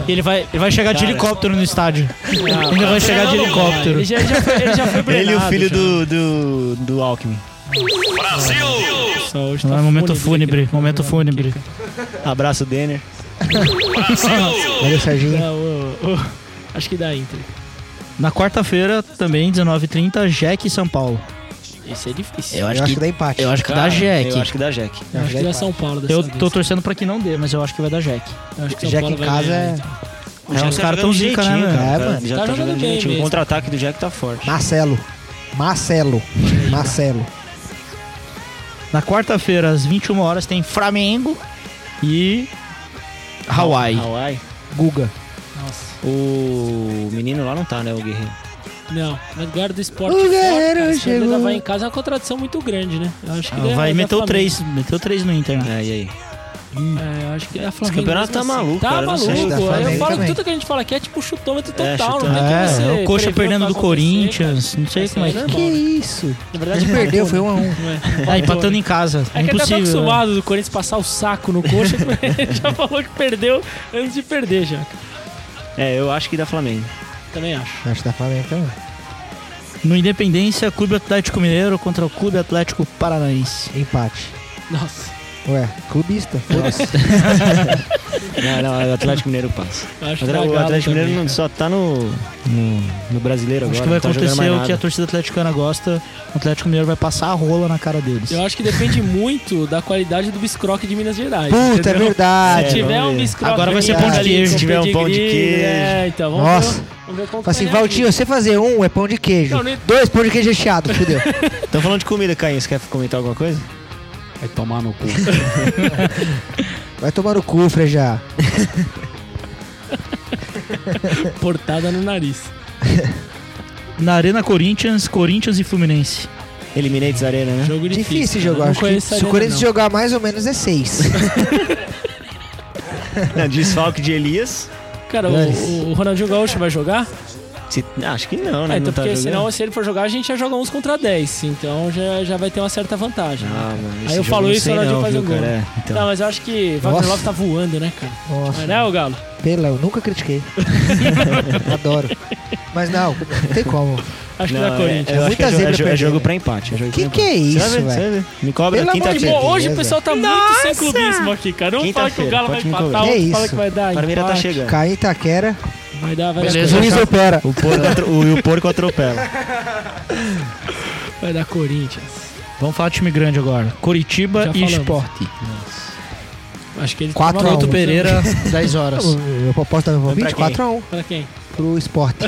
E ele vai, ele vai chegar de helicóptero no estádio. ele vai chegar de
Não,
helicóptero.
Ele já, ele já foi, ele já foi
Ele e o
brenado,
filho
já.
do, do, do Alckmin.
Brasil!
Nossa, hoje
Ah,
tá
momento
fúnebre,
fúnebre,
cara.
momento fúnebre.
Abraço, Denner.
Valeu, Serginho.
né? Não, ô, ô, acho que dá Inter.
Na quarta-feira, também, 19h30, Jack e São Paulo.
Esse é difícil.
Eu acho, que, dá empate.
Eu acho que
Cara,
dá Jack.
Eu acho que dá Jack.
Eu acho que
é
dá São Paulo dessa
Eu
vez.
tô torcendo pra que não dê, mas eu acho que vai dar Jack.
Eu acho que São
Já que
Paulo
em
vai
casa
ganhar. né?
é
É, os caras tão zica, né,
jeitinho,
velho?
cara.
É, mano.
Já
Tá
tá,
jogando
jogando
bem
jeitinho. O
mesmo.
contra-ataque do Jack tá forte.
Marcelo. Marcelo. Marcelo.
Na quarta-feira, às 21 horas, tem Flamengo e Hawaii.
Hawaii.
Guga.
Nossa.
O menino lá não tá, né, o Guerreiro?
Não, mas guarda do esporte.
O
forte,
guerreiro
cara, se
chegou.
ainda vai em casa é uma contradição muito grande, né? Eu acho que
Ah, vai
meter
meteu três, meteu três no Inter, né?
É, e aí?
É, eu acho que a Flamengo.
Esse campeonato tá
mesmo assim,
maluco,
Tá
cara, eu não
maluco.
sei.
Da
Eu,
Flamengo
falo que
também.
tudo que a gente fala aqui é tipo chutômetro
É,
total. não tem
É,
como você
o Coxa
prever que
perdendo
vai
do
acontecer.
Corinthians, não sei
Isso
como é
aí
que...
não
Que isso?
Na
A
verdade,
gente perdeu, foi um a um.
não é.
Ah, empatando em casa,
É que ele tá tão
impossível. né?
acostumado do Corinthians passar o saco no coxa que ele já falou que perdeu antes de perder já.
É, eu acho que dá Flamengo.
Também acho.
Acho que tá então, dá Flamengo também.
No Independência, Clube Atlético Mineiro contra o Clube Atlético Paranaense.
Empate.
Nossa,
Ué, clubista. Foda-se.
Não, não, o Atlético Mineiro passa.
eu acho
O
que dá
Atlético
Galo
Mineiro
também,
não-
cara.
só tá no, no, no brasileiro
Acho
agora.
que vai
não tá jogando
acontecer
mais
o
nada.
que a torcida atleticana gosta. O Atlético Mineiro vai passar a rola na cara deles.
Eu acho que depende muito da qualidade do biscroque de Minas Gerais.
Puta, é
entendeu?
verdade.
Se tiver
vamos
um
ver.
biscroque
Agora vai ser
bem
pão de
ali,
queijo.
com
Se tiver um pão de
pedigree,
queijo.
É, então vamos
Nossa.
ver. Vamos ver né? como
Fala assim,
vai reagir.
Valtinho, você fazer um é pão de queijo.
Não, não-
Dois pão de queijo recheado, fudeu.
Tão falando de comida, Caim. Você quer comentar alguma coisa?
Vai tomar no cu.
Vai tomar no cu, Frejá.
Portada no nariz.
Na Arena Corinthians, Corinthians e Fluminense.
Eliminates Arena, né?
Jogo difícil.
Difícil
cara.
jogar.
Não
Acho que
conheço a
se o
arena,
Corinthians
não.
jogar mais ou menos é seis.
Não, Desfalque de Elias.
Cara, o, o Ronaldinho Gaúcho vai jogar?
Se- ah, acho que não, né?
Ah, então
não tá
porque
jogando.
senão se ele for jogar, a gente já joga uns contra 10. Então já, já vai ter uma certa vantagem. né?
Ah, mano,
Aí eu
esse jogo
falo
não
isso,
sei
na hora de
não,
fazer
viu,
um gol.
cara? É, então.
Não, mas eu acho que Wagner
Nossa.
Love tá voando, né, cara?
Nossa,
Mas Não é, o Galo?
pela, eu nunca critiquei. Adoro. Mas não, não tem como.
Acho que
Não,
dá
é-
Corinthians.
eu acho
Muita
que é, jo-
zebra
é, jo- é
perdida.
jogo pra empate. É jogo
Que
pra
que é
empate. Você vai
isso,
ver, você
velho?
vai ver. Me cobra
Pelo
Mas, pô,
amor de
quinta-feira.
Deus.
hoje o pessoal tá muito sem clubismo aqui, cara. Um fala que o
Quinta-feira,
Galo vai
pode me
empatar,
cobrar.
outro
É
fala
isso.
que vai dar.
Parmeira tá
empate.
chegando.
Cair em Itaquera,
Vai dar, vai dar
Beleza.
Corinthians.
Luiz opera.
O porco, atro- o, o porco atropela.
Vai dar Corinthians.
Vamos falar de time grande agora. Curitiba
Já
e
falamos.
Sport.
Acho que ele tá
Quatro
maluco.
a um.
Couto Pereira, 10 horas.
Eu aposto no palpite
pra quem?
4x1
Pra quem?
pro esporte.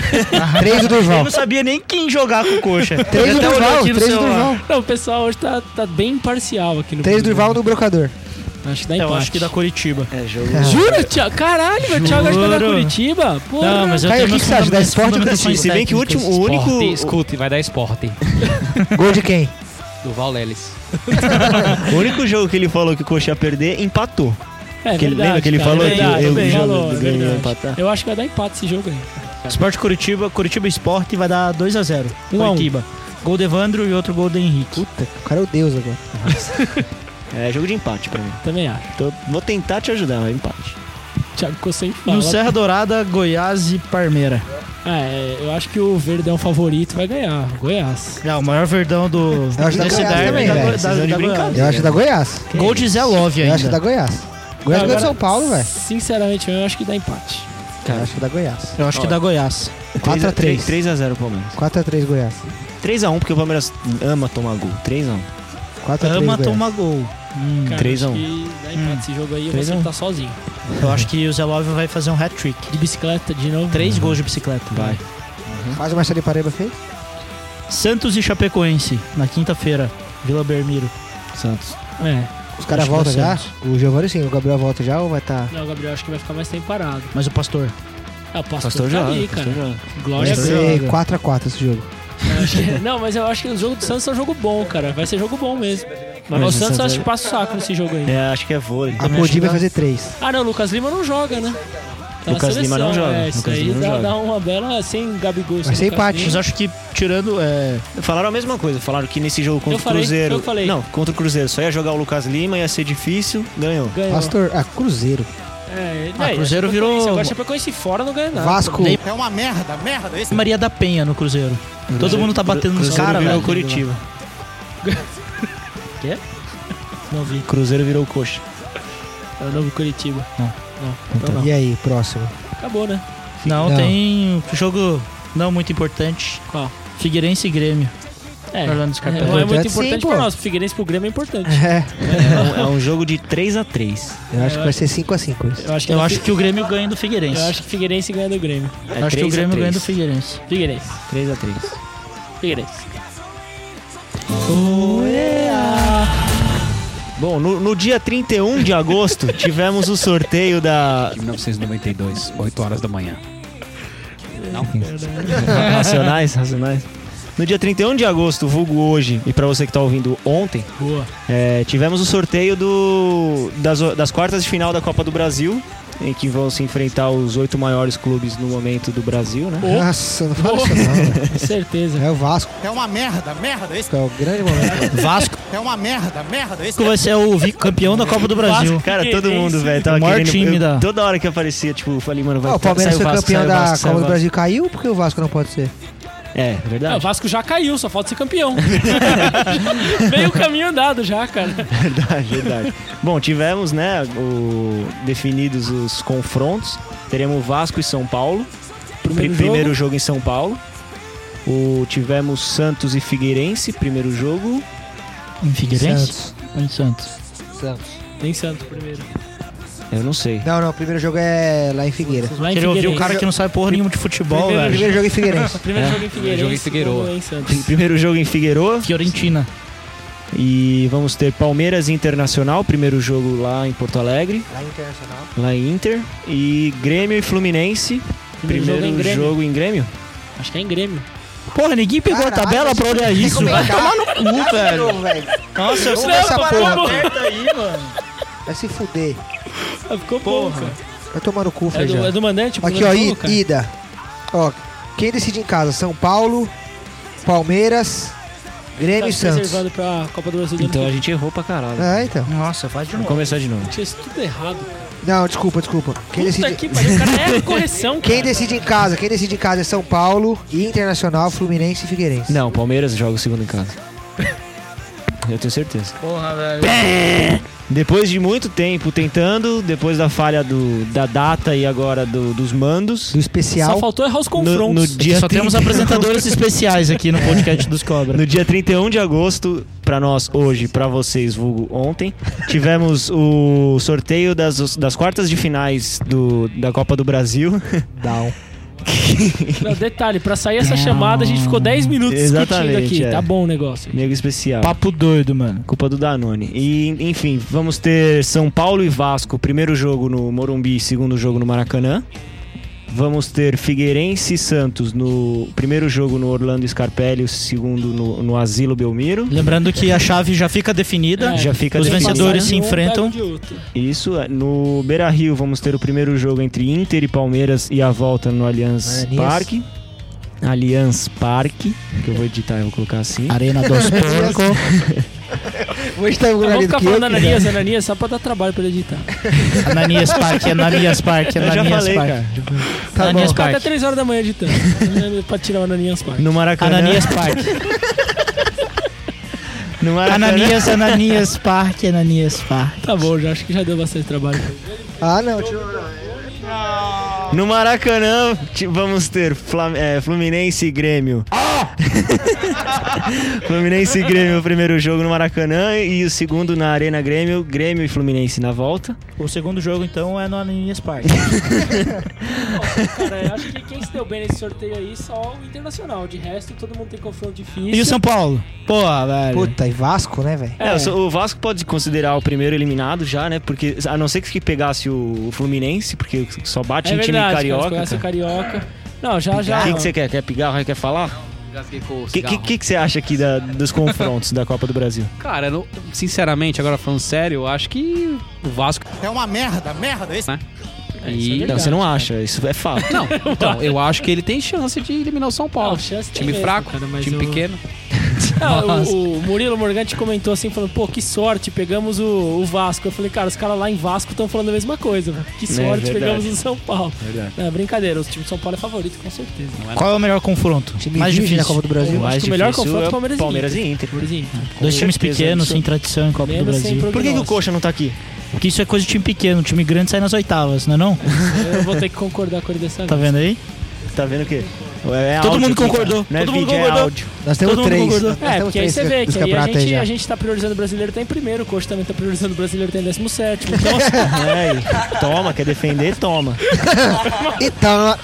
3 do Durval.
Eu não sabia nem quem jogar com o Coxa.
3 do
Eu até olhei
Durval,
aqui
3
no
do
celular.
Durval.
Não, o pessoal hoje tá, tá bem imparcial aqui no
3 do Durval
Brasil.
no brocador.
Acho que dá
Então,
empate.
É, Eu acho que da Curitiba.
É jogo.
Jura, Thiago? Caralho, meu Thiago acho que vai dar
Juro.
Curitiba? Pô,
Não, mas eu
Caio, o
tenho
que
meus
que você acha? Dá
fundamentos-
Sport ou
fundamentos
Curitiba?
Se bem que o último, o único.
Esporte, escute, vai dar esporte.
Gol de quem?
Do Val Lelis.
O único jogo que ele falou que o Coxa ia perder, empatou.
é,
que ele- lembra que ele
cara,
falou
é
que
verdade,
eu-
também
o jogo
falou,
do
é
Grêmio ia
verdade.
empatar?
Eu acho que vai dar empate esse jogo aí.
Sport Curitiba, Curitiba Sport vai dar 2x0.
Um a um.
Curitiba. Gol de Evandro e outro gol de Henrique.
O cara é o Deus agora.
É jogo de empate pra mim.
Também acho.
Tô- vou tentar te ajudar, mas empate.
Thiago ficou sem
No
fala.
Serra Dourada, Goiás e Parmeira.
Ah, é, eu acho que o Verde é um favorito, vai ganhar. Goiás.
É, o maior verdão do
Eu acho que dá
desse
Goiás também,
da-
velho.
da-
Vocês vão de
da Goiás.
brincadeira.
Eu acho da Goiás.
Gol de Zé Love
Eu acho da
ainda.
Goiás. Goiás ganhou
Agora-
de São Paulo, velho.
Sinceramente, eu acho que dá empate.
Tá.
Eu acho da Goiás.
Eu acho que da Goiás.
4x3.
3x0 Palmeiras.
4x3 Goiás.
3x1, porque o Palmeiras ama tomar gol. 3x1.
4x3
Ama
Goiás.
toma gol. Hum,
Cara,
Três a
acho
um.
que dá empate esse jogo aí, eu vou
Três a um.
acertar sozinho.
eu acho que o Zé Love vai fazer um hat-trick.
De bicicleta, de novo.
Três gols de bicicleta.
Vai.
Quase o Marcelo Pareba fez.
Santos e Chapecoense, na quinta-feira. Vila Belmiro.
Santos.
É.
Os caras
Acho que
voltam
vai
já. O Giovanni sim, o Gabriel volta já ou vai tá- estar.
Não, o Gabriel acho que vai ficar mais tempo parado.
Mas o Pastor.
Ah, o Pastor, tá
Pastor joga.
ali, cara.
Pastor joga.
Glória
Vai
a Deus.
ser 4x4 esse jogo.
Não, mas eu acho que o jogo do Santos é um jogo bom, cara. Vai ser jogo bom mesmo. Mas, o Santos acho que passa o saco nesse jogo aí.
É, acho que é vôlei.
A Podi vai fazer três.
Ah, não, o Lucas Lima não joga, né? Tá na
Lucas Lima não joga,
É, isso
Lucas
aí
Lima não
dá,
joga.
dá uma bela sem Gabigol.
Vai ser
Lucas
empate.
Lima.
Mas acho que tirando. É,
Falaram a mesma coisa, falaram que nesse jogo
Eu
contra
falei,
o Cruzeiro.
eu falei.
Não, contra o Cruzeiro, só ia jogar o Lucas Lima, ia ser difícil, ganhou.
É.
Ganhou.
Pastor, ah, Cruzeiro.
É,
Ah,
é,
Cruzeiro
Chapecoense.
virou-
Agora Chapecoense fora não ganha nada.
Vasco.
Nem-
É uma merda, merda esse.
Maria da Penha no Cruzeiro. Todo mundo tá batendo nos
Cruzeiro
caras,
virou
velho.
Curitiba.
Não vi.
Cruzeiro virou o coxa.
É o novo Curitiba.
Não.
Não, então não.
E aí, próximo?
Acabou, né?
Não,
Não.
tem um jogo não muito importante.
Qual?
Figueirense e Grêmio.
É.
Orlando Scarpa.
Não é muito
Importante
importante
sim, pô.
pra nós. Pro Figueirense pro Grêmio é importante.
É,
É um, é um jogo de 3 a 3
eu acho que vai ser 5x5 isso.
Eu acho que, é
Eu acho que o Grêmio ganha do Figueirense.
eu acho que Figueirense ganha do Grêmio.
É
Eu acho que o
3 a
Grêmio
3.
ganha do Figueirense.
Figueirense.
3 a 3
Figueirense.
Bom, no, no dia 31 de agosto, tivemos o sorteio da
1992, 8 horas da manhã.
Racionais, Racionais. No dia 31 de agosto, vulgo hoje, e pra você que tá ouvindo ontem,
Boa.
É, tivemos o sorteio do- das, o- das quartas de final da Copa do Brasil, em que vão se enfrentar os oito maiores clubes no momento do Brasil, né?
Nossa, não fala isso não. velho.
Certeza.
É o Vasco,
É uma merda, merda esse.
que é o grande momento.
Vasco
É uma merda, merda esse.
vai ser é o vi- campeão da Copa do Brasil.
Cara,
que
todo
é
mundo,
isso?
velho, tava
O maior
querendo...
time
eu-
da-
Toda hora que aparecia, tipo, eu falei, mano, vai...
Ah, o Palmeiras
sai
foi
Vasco,
campeão
sai
da
Vasco, sai
Copa do
Vasco.
Brasil caiu, por que o Vasco não pode ser?
É,
Ah, o
verdade.
Vasco já caiu, só falta ser campeão. Meio caminho andado já, cara.
verdade, verdade. Bom, tivemos, né, o- definidos os confrontos. Teremos Vasco e São Paulo.
Primeiro
Pri- primeiro jogo em São Paulo. O, tivemos Santos e Figueirense, primeiro jogo.
Em Figueirense?
Santos.
Ou em Santos?
Santos.
Tem Santos primeiro.
Eu não sei.
Não, não, o primeiro jogo é lá em Figueira.
Lá Tá em
Queria ouvir o
Figueirense.
cara que não sabe porra nenhuma de futebol,
Primeiro
velho.
Primeiro jogo é em Figueirense.
Primeiro
É.
jogo em Figueirense.
jogo em Figueiró.
segundo em
Pri-
Santos.
Primeiro jogo em Figueiredo.
Fiorentina.
E vamos ter Palmeiras e Internacional, primeiro jogo lá em Porto Alegre,
Lá em Internacional.
lá em Inter. E Grêmio e Fluminense, primeiro jogo em Grêmio.
Acho que é em Grêmio.
Porra, ninguém pegou a
Caralho,
tabela
esse tá
pra olhar isso. Vai tomar no cu, velho.
Nossa, eu
Não,
essa
parou,
porra.
amor.
Vai se fuder.
Ah, Ficou bom, cara.
Vai tomar no cu,
É do,
feijão.
é do mandante?
Aqui,
primeiro
ó,
jogo,
i-
cara?
ida. Ó, quem decide em casa? São Paulo, Palmeiras, Grêmio
Tá
e Santos.
reservando pra Copa do Brasil. do ano
Então
que
a
vem.
gente errou pra caralho.
Ah, então.
Nossa, faz de
Vamos
novo.
começar de novo.
Tinha isso tudo errado. cara.
Não, desculpa, desculpa. Quem
Puta
decide...
que pariu, o cara é correção,
Quem
cara.
decide em casa? Quem decide em casa é São Paulo, Internacional, Fluminense e Figueirense.
Não, Palmeiras joga o segundo em casa. Eu tenho certeza.
Porra, velho.
Depois de muito tempo tentando, depois da falha do, da data e agora do- dos mandos,
Do
Só
especial.
faltou errar os
no, no
confrontos. É
dia
Só temos
30
apresentadores especiais aqui no podcast dos Cobra.
No dia 31 de agosto, pra nós hoje, pra vocês, vulgo ontem, tivemos o sorteio das, das quartas de finais do, da Copa do Brasil.
Down.
Não, detalhe, pra sair essa chamada a gente ficou 10 minutos discutindo
Exatamente,
aqui.
é.
Tá bom o negócio.
Nego especial.
Papo doido, mano.
Culpa do Danone. E, enfim, vamos ter São Paulo e Vasco, primeiro jogo no Morumbi, segundo jogo no Maracanã. Vamos ter Figueirense e Santos no primeiro jogo no Orlando Scarpelli, o segundo no, no Asilo Belmiro.
Lembrando que a chave já fica definida.
É.
Já fica
Os
definido.
vencedores se
Um pega
enfrentam.
de outro.
Isso, é, no Beira Rio vamos ter o primeiro jogo entre Inter e Palmeiras e a volta no Allianz
Allianz.
Parque. Allianz Parque, que eu vou editar e vou colocar assim.
Arena dos Porcos.
Hoje tá
Ah, Vamos
engolido
ficar
que eu.
falando Ananias, Ananias, só pra dar trabalho pra ele editar.
Ananias Park, Ananias Park,
Eu já
Ananias
falei,
Park.
cara.
Tá bom.
Ananias
Ficou até
Park.
3 horas da manhã editando. pra tirar o Ananias Park.
No Maracanã.
Ananias Park.
No Maracanã.
Ananias, Ananias Park, Ananias Park.
Tá bom, já acho que já deu bastante trabalho.
Ah, não. tio-
No Maracanã ti- vamos ter Flam- é, Fluminense e Grêmio.
Ah!
Fluminense e Grêmio, o primeiro jogo no Maracanã e o segundo na Arena Grêmio, Grêmio e Fluminense na volta.
O segundo jogo, então, é no Ananias Park.
Cara, eu acho que quem se deu bem nesse sorteio aí só o Internacional. De resto, todo mundo tem confronto difícil.
E o São Paulo? Porra, velho.
Puta, e Vasco, né, velho?
É, o so- o Vasco pode considerar o primeiro eliminado já, né? Porque a não ser que pegasse o o Fluminense, porque só bate
é
em time
verdade, cara, se
carioca.
conhece o
cara.
Carioca. Não, já, já.
O que que você quer? Quer pigarro? Quer falar?
engasguei com o
O que,
cigarro.
que, que, que você acha aqui da- dos confrontos da Copa do Brasil?
Cara, eu- sinceramente, agora falando sério, eu acho que o Vasco.
É uma merda, merda esse.
isso é
e-
verdade.
Não, você não acha, isso é fato.
Não, então, eu acho que ele tem chance de eliminar o São Paulo.
Não, É, chance tem
time
mesmo,
fraco,
cara, mas
time
eu-
pequeno.
Ah,
Nossa.
o, o Murilo Morgante comentou assim, falando, pô, que sorte, pegamos o, o Vasco. Eu falei, cara, os caras lá em Vasco estão falando a mesma coisa. mano. Que sorte,
verdade.
pegamos o São Paulo.
Verdade.
Não, brincadeira, o time de São Paulo é favorito, com certeza.
Qual é o melhor confronto?
Time
Mais
vive na Copa
difícil.
do Brasil.
acho que o melhor confronto é o Palmeiras e
Palmeiras e Inter.
Por exemplo,
Dois
Com
times
certeza, né?
pequenos,
isso.
sem tradição em Copa do
menos sem
Brasil.
Por que, que o
prognóstico.
Coxa não tá aqui?
Porque isso é coisa de time pequeno. Time grande sai nas oitavas, não é não?
Eu vou ter que concordar com ele dessa
Tá
vez.
vendo aí?
Tá vendo o quê? É
Todo
áudio
mundo
aqui,
concordou,
cara. Não é
todo mundo
vídeo, é
concordou.
áudio.
Nós temos
Todo mundo
três.
concordou.
Nós
É,
temos
porque aí
três
você
dos-
vê
dos
que aí a
campeonatos
gente,
já.
a gente tá priorizando o brasileiro, tá em primeiro, o Coxa também tá priorizando o brasileiro, tá em 17. Então,
É, e toma, quer defender, toma.
Então,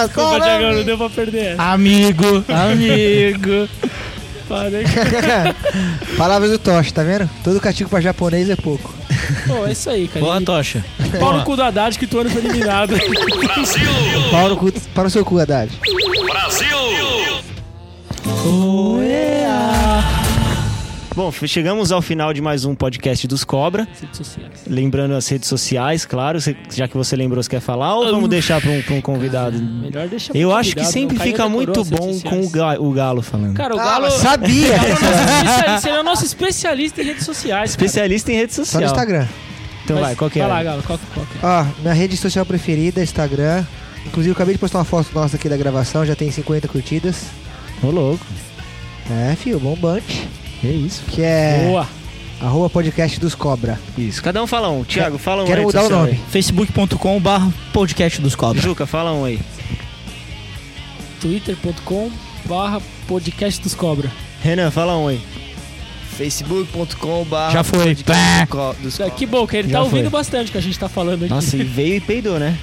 desculpa, Thiagão, não deu pra perder essa.
Amigo, amigo.
Parei.
palavras do Tocha, tá vendo? Todo castigo pra japonês é pouco.
Pô, é isso aí, cara.
Boa, Tocha.
E Pau no cu do Haddad que o Tuano foi eliminado.
Brasil!
Pau no cu, para o seu cu, Haddad.
Brasil!
Bom, f- chegamos ao final de mais um podcast dos Cobra.
Redes sociais.
Lembrando as redes sociais, claro. Cê- Já que você lembrou, você quer falar ou vamos deixar pra um, pra um convidado?
Melhor deixar
Eu
pro
acho que
convidado,
sempre
não tá caiu
fica
na
muito
coroa as redes
bom
sociais.
com o Ga- o Galo falando.
Cara, o
Ah,
Galo.
Ah, Sabia!
Ele é o nosso especialista em redes sociais. cara.
Especialista em rede
Só no
social.
Instagram.
Então
Mas-
vai, qual que é?
Vai lá, Galo, qual, qual que é?
Ó, minha rede social preferida, Instagram. Inclusive, eu acabei de postar uma foto nossa aqui da gravação, já tem 50 curtidas.
Ô louco,
É, fio, bombante.
que isso.
Que é
Boa.
arroba podcast dos cobra.
Isso, cada um fala um. Tiago, fala um
Quero
rede
mudar o
social
nome.
aí.
facebook.com barra podcast dos cobras.
Juca, fala um aí.
twitter.com barra podcast dos cobra.
Renan, fala um aí.
facebook.com.br
Já foi.
Que bom, que ele
Já
tá
foi.
ouvindo bastante o que a gente tá falando aqui.
Nossa, e veio e peidou, né?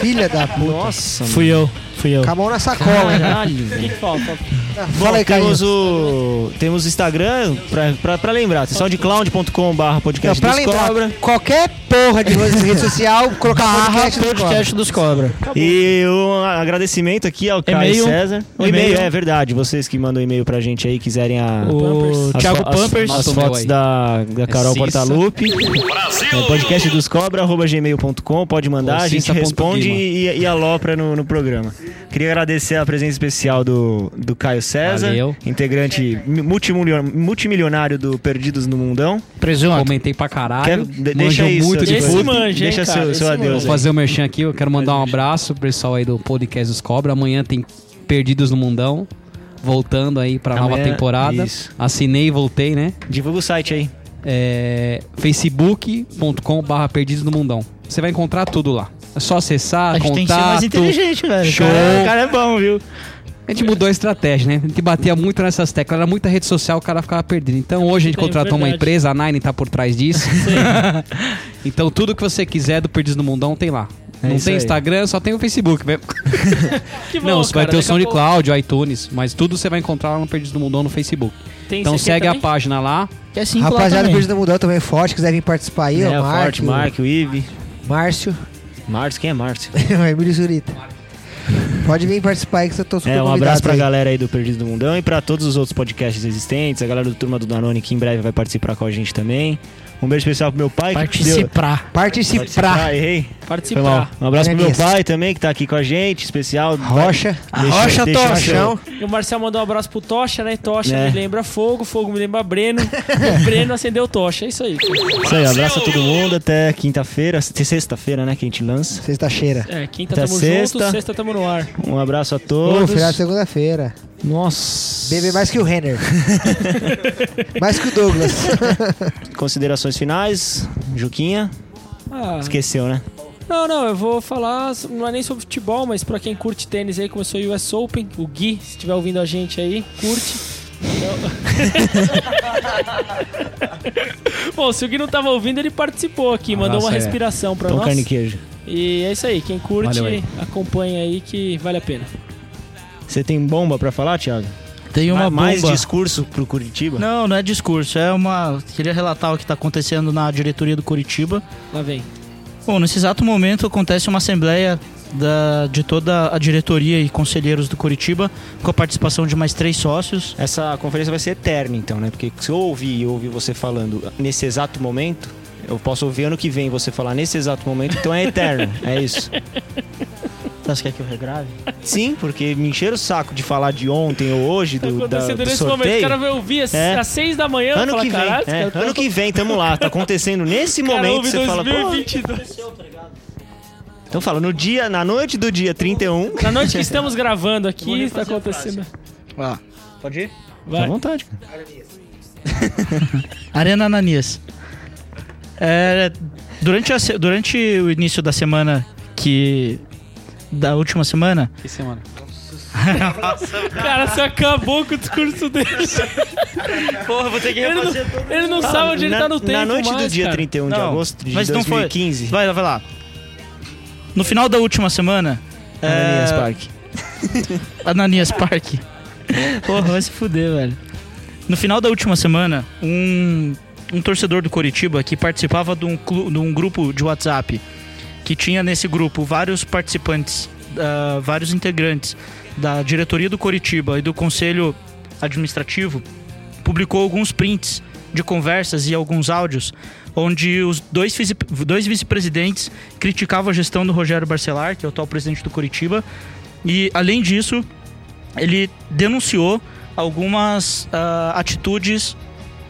Filha da puta.
Nossa, mano.
Fui eu, fui eu.
Com a mão na sacola, hein?
Caralho,
O que,
velho.
que falta?
Bom,
Fala aí, Caio.
temos o temos o Instagram pra, pra, pra lembrar, soundcloud.com/barra
Não,
podcast
pra
dos
lembrar,
cobra
qualquer porra de rede social, colocar podcast, dos
Podcast dos cobras.
e um agradecimento aqui ao Caio
E-mail.
César. O e-mail
E-mail.
é verdade, vocês que mandam e-mail pra gente aí quiserem a
O
as
Thiago
fo- as-
Pampers.
as,
Nossa, o meu
fotos
aí.
da, da Carol
Cissa.
Portalupe,
Brasil!
é podcast dos cobra arroba gmail.com, pode mandar,
Ou
a gente
cissa ponto
responde
guima.
e, e alopra no, no programa. Queria agradecer a presença especial do, do Caio César,
Valeu.
integrante mi- multimilion- multimilionário do Perdidos no Mundão.
Presunto.
Comentei pra
Quer,
caralho.
de-
manjo
deixa isso.
muito de
Esse
futebol.
manja, hein,
Deixa
cara,
seu,
esse
seu adeus.
Vou
aí.
fazer um merchan aqui, eu quero mandar um abraço pro pessoal aí do Podcast dos Cobra. Amanhã tem Perdidos no Mundão, voltando aí pra nova
Amanhã,
temporada.
isso.
Assinei e voltei, né?
Divulga o site aí.
É, facebook.com barra Perdidos no Mundão. Você vai encontrar tudo lá. É só acessar,
A gente tem que ser mais
contato.
inteligente, velho.
show.
Cara, o cara é bom, viu?
A gente mudou a estratégia, né? A gente batia muito nessas teclas, era muita rede social, o cara ficava perdido. Então hoje a gente
Tem,
contratou uma
verdade.
empresa, a Nine tá por trás disso. então tudo que você quiser do Perdidos no Mundão tem lá.
É
Não
isso
tem
aí.
Instagram, só tem o Facebook mesmo.
Que bom,
Não, você vai
cara,
ter o
daqui a pouco
SoundCloud, o iTunes, mas tudo você vai encontrar lá no Perdidos do Mundão no Facebook.
tem
então
esse aqui
segue
também?
a página lá.
Que é simples lá
Rapaziada,
também.
do Perdido no Mundão também é forte, quiser vir participar aí,
é,
ó,
o Forte,
Marco,
Mark, o Ive.
Márcio,
Márcio, quem é Márcio?
Emílio Zurita. Pode vir participar aí que eu tô super
É, um
convidado
abraço pra
aí.
galera aí do Perdido do Mundão e pra todos os outros podcasts existentes. A galera do Turma do Danone que em breve vai participar com a gente também. Um beijo especial pro meu pai. Que deu...
Participar.
Participar.
Participar, errei. Foi mal.
Participar.
Um abraço pro meu
Agradeço.
pai também que tá aqui com a gente, especial.
Rocha,
Deixa-
Rocha
deixa o
Tocha.
seu-
E o Marcel mandou um abraço pro Tocha, né? Tocha
É.
me lembra fogo, fogo me lembra Breno. e Breno acendeu Tocha, é isso aí.
Isso aí, um abraço a todo mundo. Até quinta-feira, até sexta-feira, né? Que a gente lança.
sexta-cheira.
É, quinta
Até
tamo
sexta.
junto, sexta tamo no ar.
Um abraço a
Ô,
todos.
final de segunda-feira.
Nossa.
Beber mais que o Renner. mais que o Douglas.
Considerações finais, Juquinha.
Ah,
Esqueceu, né?
Não, não, eu vou falar, não é nem sobre futebol, mas pra quem curte tênis aí, começou o US Open, o Gui, se estiver ouvindo a gente aí, curte. Então- Bom, se o Gui não tava ouvindo, ele participou aqui,
Ah,
mandou
Abraço
é.
uma
aí.
respiração pra
Pão,
nós.
Então, carne e queijo.
E é isso aí, quem curte,
Valeu aí.
acompanha aí que vale a pena.
Você tem bomba pra falar, Thiago?
Tem uma
Ma- Mais
bomba.
discurso pro Curitiba?
Não, não é discurso, é uma. Queria relatar o que tá acontecendo na diretoria do Curitiba.
Lá vem.
Bom, nesse exato momento acontece uma assembleia da- de toda a diretoria e conselheiros do Curitiba, com a participação de mais três sócios.
Essa conferência vai ser eterna, então, né? Porque se eu ouvir e ouvir você falando nesse exato momento, eu posso ouvir ano que vem você falar nesse exato momento, então é eterno. é isso.
Tá, Você quer que eu regrave?
Sim, porque me encheram o saco de falar de ontem ou hoje,
Tá
do, da,
acontecendo
do
nesse momento. O
sorteio.
cara vai ouvir às,
É.
às seis da manhã e
ano
fala,
que vem,
caralho,
é,
esse cara- tá
ano que vem, tamo lá, tá acontecendo nesse
cara
momento,
ouve
você fala, pô,
2022.
então fala, no dia, na noite do dia 31,
Na noite que estamos gravando aqui, está acontecendo.
Ah, pode ir?
Fica Tá à
Vai.
vontade, cara.
Arena Ananias. É, durante, a se- durante o início da semana que. Da última semana,
Que semana?
Cara, você acabou com o discurso dele.
Porra, vou ter que
Ele não, ele não sabe onde ele
na,
tá no tempo.
Na noite do
mais,
dia
cara.
31 de
Não,
agosto de
mas não foi.
2015,
Vai lá, vai lá. No final da última semana.
Ananias
é,
Park.
Ananias Park. Porra, vai se fuder, velho. No final da última semana, um, um torcedor do Coritiba que participava de um, clu- de um grupo de WhatsApp, que tinha nesse grupo vários participantes, ah, vários integrantes da diretoria do Coritiba e do conselho administrativo, publicou alguns prints de conversas e alguns áudios onde os dois, fisi- dois vice-presidentes criticavam a gestão do Rogério Barcelar, que é o atual presidente do Coritiba, e além disso, ele denunciou algumas ah, atitudes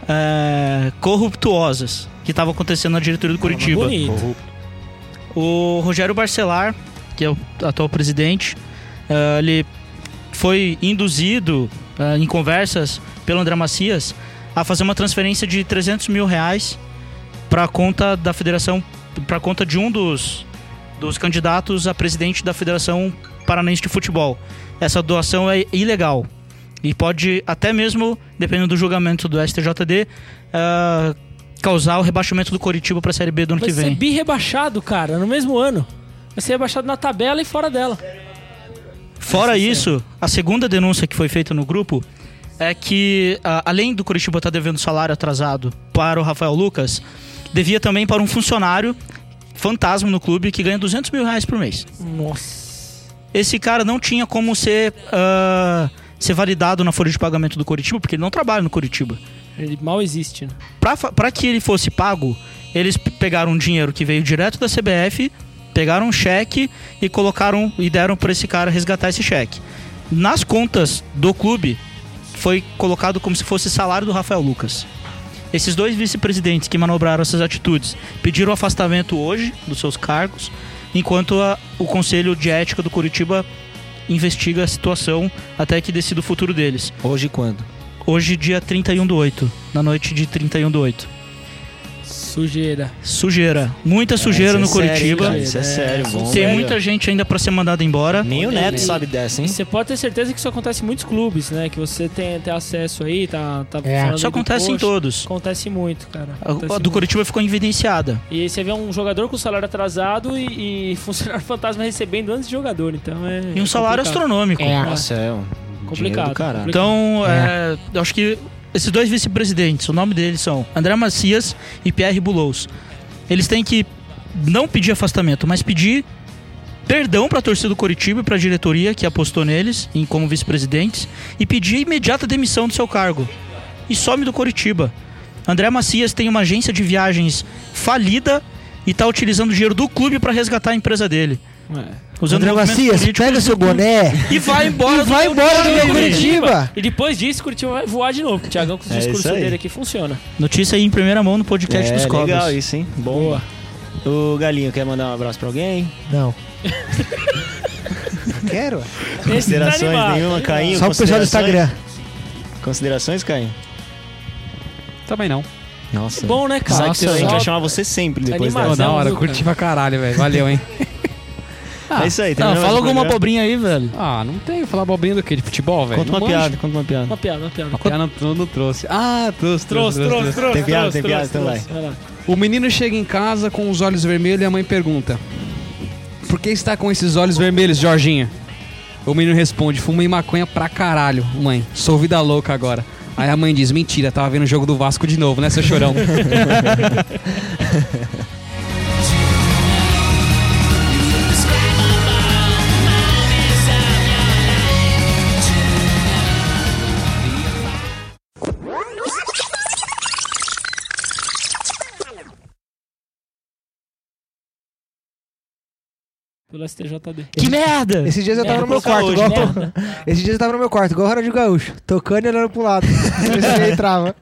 ah, corruptuosas que estavam acontecendo na diretoria do Curitiba.
Bonito.
O Rogério Barcelar, que é o atual presidente, eh, ele foi induzido eh, em conversas pelo André Macias a fazer uma transferência de 300 mil reais para a conta da federação, para conta de um dos, dos candidatos a presidente da Federação Paranaense de Futebol. Essa doação é ilegal e pode até mesmo, dependendo do julgamento do STJD, eh, causar o rebaixamento do Coritiba para a Série B do ano
Vai
que vem.
ser bi-rebaixado, cara, no mesmo ano. Vai ser rebaixado na tabela e fora dela.
Fora isso, a segunda denúncia que foi feita no grupo é que, a- além do Curitiba estar devendo salário atrasado para o Rafael Lucas, devia também para um funcionário fantasma no clube que ganha 200 mil reais por mês.
Nossa.
Esse cara não tinha como ser, ah, ser validado na folha de pagamento do Curitiba, porque ele não trabalha no Curitiba
Ele mal existe, né?
pra, fa- pra que ele fosse pago, eles p- pegaram um dinheiro que veio direto da CBF, pegaram um cheque e colocaram e deram pra esse cara resgatar esse cheque. Nas contas do clube foi colocado como se fosse salário do Rafael Lucas. Esses dois vice-presidentes que manobraram essas atitudes pediram afastamento hoje dos seus cargos, enquanto a- o Conselho de Ética do Curitiba investiga a situação até que decida o futuro deles
Hoje quando?
hoje, dia 31 do 8, na noite de 31 do 8.
Sujeira.
Sujeira, muita sujeira no
Isso é sério,
Curitiba.
cara, Isso é sério, bom.
Tem
Sério?
muita gente ainda pra ser mandada embora.
Nem o Neto sabe dessa,
E
hein?
você pode ter certeza que isso acontece em muitos clubes, né? Que você tem, tem acesso aí, tá, tá
É.
falando
Isso
aí do
acontece em
coxa.
todos.
Acontece muito, cara.
A-
Acontece
A do
muito.
Curitiba ficou evidenciada.
E aí você vê um jogador com salário atrasado e, e funcionário fantasma recebendo antes de jogador, então é.
E um salário
complicado.
astronômico.
Nossa, é um dinheiro
Complicado.
do caralho.
Então, é, eu acho que esses dois vice-presidentes, o nome deles são André Macias e Pierre Boulos. Eles têm que não pedir afastamento, mas pedir perdão para a torcida do Coritiba e para a diretoria que apostou neles em como vice-presidentes e pedir imediata demissão do seu cargo. E some do Coritiba. André Macias tem uma agência de viagens falida e tá utilizando o dinheiro do clube para resgatar a empresa dele. Usando
André
movimentos
Macias,
políticos
pega seu boné
e vai embora
e
do
vai
meu
embora do meu
time.
Curitiba.
E depois disso, o Curitiba vai voar de novo. O Thiagão com o
É isso
discurso
aí.
dele aqui funciona.
Notícia aí em primeira mão no podcast dos
é,
Cobras.
legal isso, hein? Bom. O Galinho quer mandar um abraço pra alguém?
Não. Quero.
Esse tá
Considerações
animado.
nenhuma, Caio?
Só pro pessoal do Instagram.
Considerações, Caio?
Também não.
Nossa.
Bom, né, cara?
Sabe que
Nossa,
a gente vai
só-
chamar você sempre depois
Animado.
Pô,
dessa.
da hora,
Marcelzão,
curti pra caralho, velho. Valeu, hein?
É isso aí,
Não,
terminamos
fala
o
alguma
programa.
bobrinha aí, velho.
Ah, não tenho. Falar bobrinha do quê? De futebol, velho?
Conta uma
Não
piada, conta uma piada.
Uma piada, uma piada.
manjo. Piada não, não trouxe. Ah, trouxe, trouxe, trouxe. trouxe.
Tem piada, tem piada, então vai.
Vai lá.
O menino chega em casa com os olhos vermelhos e a mãe pergunta: Por que está com esses olhos vermelhos, Jorginho? O menino responde: Fumei maconha pra caralho, mãe. Sou vida louca agora. Aí a mãe diz: Mentira, tava vendo o jogo do Vasco de novo, né, seu chorão?
Describe my
pelo STJD.
Que merda!
Esses dias eu tava
É,
no meu
vou colocar
quarto,
hoje, né?
igual.
merda.
Esses dias eu tava no meu quarto, igual o Ronaldinho Gaúcho, tocando e olhando pro lado. Pra ver se ele entrava.